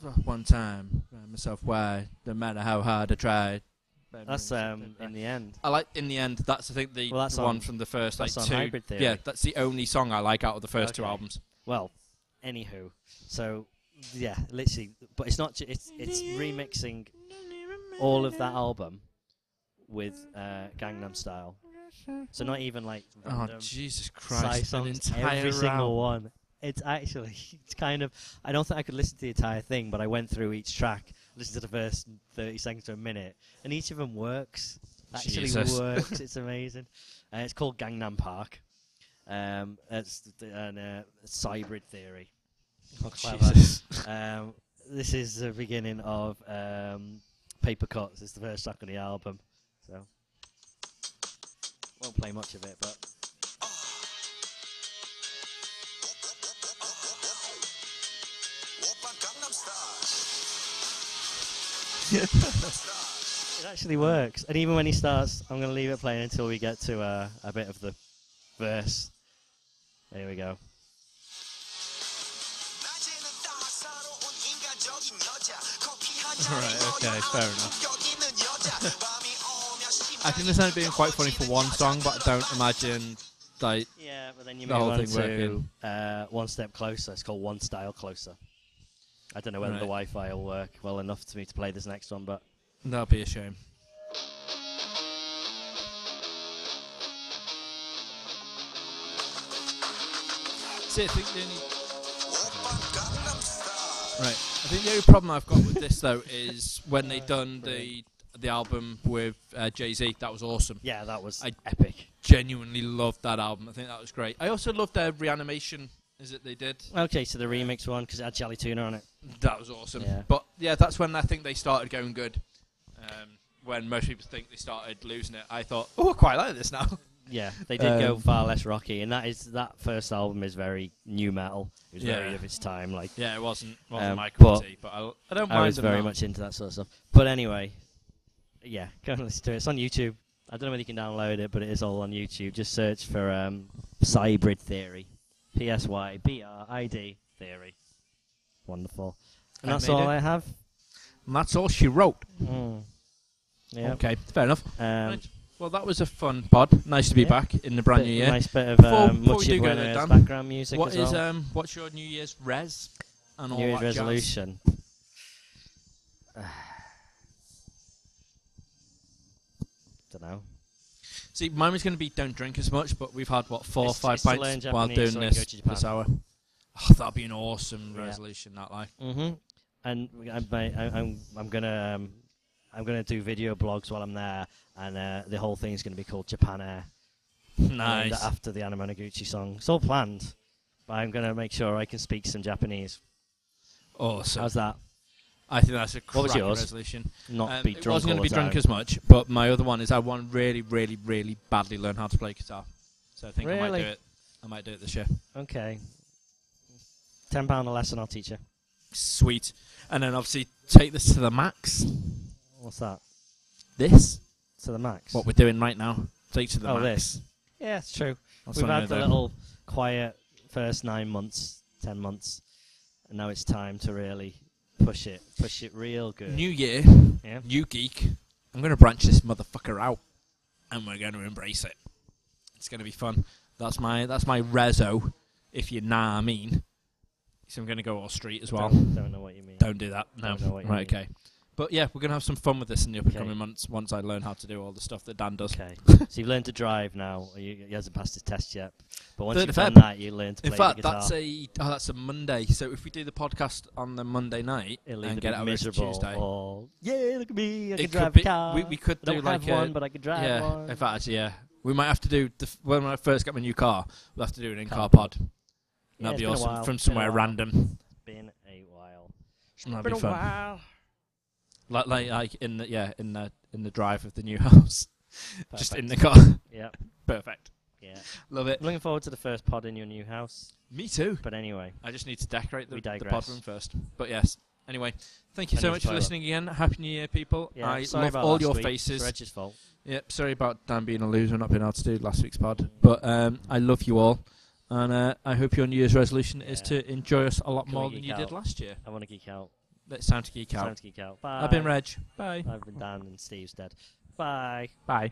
A: oh, One time, I myself why? No matter how hard I tried.
C: That's um in the end.
A: I like in the end. That's I think the
C: Well, that's
A: one
C: on-
A: from the first like
C: that's on
A: two.
C: Hybrid Theory.
A: Yeah, that's the only song I like out of the first two
C: Okay.
A: albums.
C: Well, anywho, so yeah, literally. But it's not. Ju- it's it's remixing all of
A: Oh,
C: that album with uh, Gangnam Style. So not even like
A: Oh
C: random
A: Jesus
C: Psy
A: Christ! An
C: songs,
A: entire
C: every
A: round.
C: single one. It's actually it's kind of I don't think I could listen to the entire thing, but I went through each track, listened to the first thirty seconds to a minute, and each of them works. Actually
A: Jesus.
C: works. it's amazing. Uh, it's called Gangnam Park. Um, it's th- th- an uh, hybrid theory. How clever.
A: Jesus.
C: Um, this is the beginning of um, Paper Cuts. It's the first track on the album, so won't play much of it, but. It actually works. And even when he starts, I'm going to leave it playing until we get to uh, a bit of the verse. There we go.
E: Right, okay, fair enough. I can understand it being quite funny for one song, but I don't imagine.
A: imagine like
C: Yeah, but then you
A: The
C: move
A: whole
C: on
A: thing
C: to
A: working.
C: uh, One Step Closer. It's called One Style Closer. I don't know whether the
A: Right.
C: Wi-Fi will work well enough for me to play this next one, but
A: that'd be a shame. See, I think the only Right. I think the only problem I've got with this though is when they done the the album with uh, Jay Z. That was awesome.
C: yeah, that was
A: I-
C: epic.
A: Genuinely loved that album. I think that was great. I also loved their reanimation. Is it they did?
C: Okay, so the remix one because it had Charlie Tuna on it.
A: That was awesome.
C: Yeah.
A: But yeah, that's when I think they started going good. Um, when most people think they started losing it, I thought, oh, I quite like this now.
C: Yeah, they did go
A: Um,
C: far less rocky, and that is that first album is very new metal. It was very
A: Yeah.
C: of its time, like
A: Yeah, it wasn't wasn't
C: Um,
A: my cup of
C: but
A: tea, but I, I don't mind
C: I was
A: them
C: very
A: now.
C: much into that sort of stuff. But anyway, yeah, go and listen to it. It's on YouTube. I don't know whether you can download it, but it is all on YouTube. Just search for um, Cybrid Theory. P S Y B R I D Theory. Wonderful. And
A: I
C: that's
A: made
C: all
A: it.
C: I have. Hmm.
A: And that's all she wrote.
C: Yeah.
A: Okay, fair enough.
C: Um,
A: Right. Well, that was a fun pod. Nice to be
C: Yeah.
A: back in the brand new year.
C: Nice bit of
A: Before-
C: um,
A: before we
C: much
A: do go there, Dan,
C: background music
A: What
C: as
A: is oh,
C: well.
A: um? What's your New Year's res? And all
C: New Year's
A: that jazz?
C: resolution. Don't know.
A: See, mine was going to be don't drink as much, but we've had what four, or
C: It's-
A: five
C: it's to learn
A: pints while
C: Japanese
A: doing
C: so we can
A: this
C: go to
A: this
C: Japan.
A: hour. Oh, that'd be an awesome
C: Yeah.
A: resolution. That like
C: Mm-hmm. And we- I'm, I- I- I'm, I'm gonna, um, I'm gonna do video blogs while I'm there, and uh, the whole thing's gonna be called Japan Air, named
A: nice.
C: after the Anna Managuchi song. It's all planned, but I'm gonna make sure I can speak some Japanese.
A: Awesome.
C: How's that?
A: I think that's a
C: What was
A: cracking
C: yours?
A: resolution.
C: Not
A: Um,
C: be
A: it
C: drunk.
A: wasn't
C: all
A: gonna be
C: the
A: drunk
C: time.
A: as much, but my other one is I want to really, really, really badly learn how to play guitar. So I think I might
C: Really?
A: do it. I might do it this year.
C: Okay. Ten pound a lesson, I'll teach you.
A: Sweet. And then obviously take this to the max.
C: What's that?
A: This
C: To the max.
A: what we're doing right now. Take to the
C: Oh,
A: max.
C: this. Yeah, it's true.
A: That's
C: We've
A: what I'm
C: had the
A: gonna do.
C: little quiet first nine months, ten months, and now it's time to really push it, push it real good.
A: New year,
C: yeah.
A: new geek, I'm going to branch this motherfucker out, and we're going to embrace it. It's going to be fun. That's my that's my rezo. If you nah I mean, so I'm going to go all street as well.
C: don't, don't know what you mean.
A: Don't do that. No.
C: Don't know what you
A: right.
C: mean.
A: Okay. But yeah, we're going to have some fun with this in the up and
C: Okay.
A: coming months once I learn how to do all the stuff that Dan does.
C: Okay. so you've learned to drive now. You, he hasn't passed his test yet. But once
A: Third
C: you've
A: of
C: done
A: Feb.
C: that, you learn to play
A: In fact,
C: the guitar.
A: that's a oh, that's a Monday. So if we do the podcast on the Monday night
C: It'll either
A: and get
C: be
A: out of it
C: miserable
A: Tuesday,
C: or yeah, look at me, I can
A: could
C: drive
A: be-
C: a car.
A: we- we could
C: I don't
A: do like
C: have one,
A: a-
C: but I can drive
A: yeah.
C: one.
A: In fact, actually, yeah, we might have to do the, f- when I first get my new car. We'll have to do an in-car
C: Car
A: pod.
C: Yeah,
A: That'd
C: it's
A: be
C: been a
A: awesome
C: while,
A: from
C: it's been a
A: somewhere
C: while.
A: random.
C: been a while.
A: That'd be fun.
C: while.
A: Like, like like in the yeah in the in the drive of the new house, just in the car.
C: Yeah,
A: Perfect.
C: yeah.
A: Love it.
C: I'm looking forward to the first pod in your new house.
A: Me too.
C: But anyway,
A: I just need to decorate the,
C: We
A: the
C: digress.
A: pod room first. But yes. Anyway, thank you
C: I
A: so
C: need
A: much
C: to
A: for
C: toilet.
A: listening again. Happy New Year, people.
C: yeah.
A: I
C: sorry
A: love
C: about
A: all
C: last
A: your
C: week. It's
A: faces.
C: Reg's fault.
A: Yep, sorry about Dan being a loser and not being able to do last week's pod, but um, I love you all, and uh, I hope your New Year's resolution is
C: Yeah.
A: to enjoy us a lot
C: Can we
A: more than
C: geek
A: you
C: out?
A: did last year.
C: I want to geek out.
A: It's time to geek
C: It's Time
A: out.
C: to geek out. Bye.
A: I've been Reg. Bye.
C: I've been Dan and Steve's dead. Bye.
A: Bye.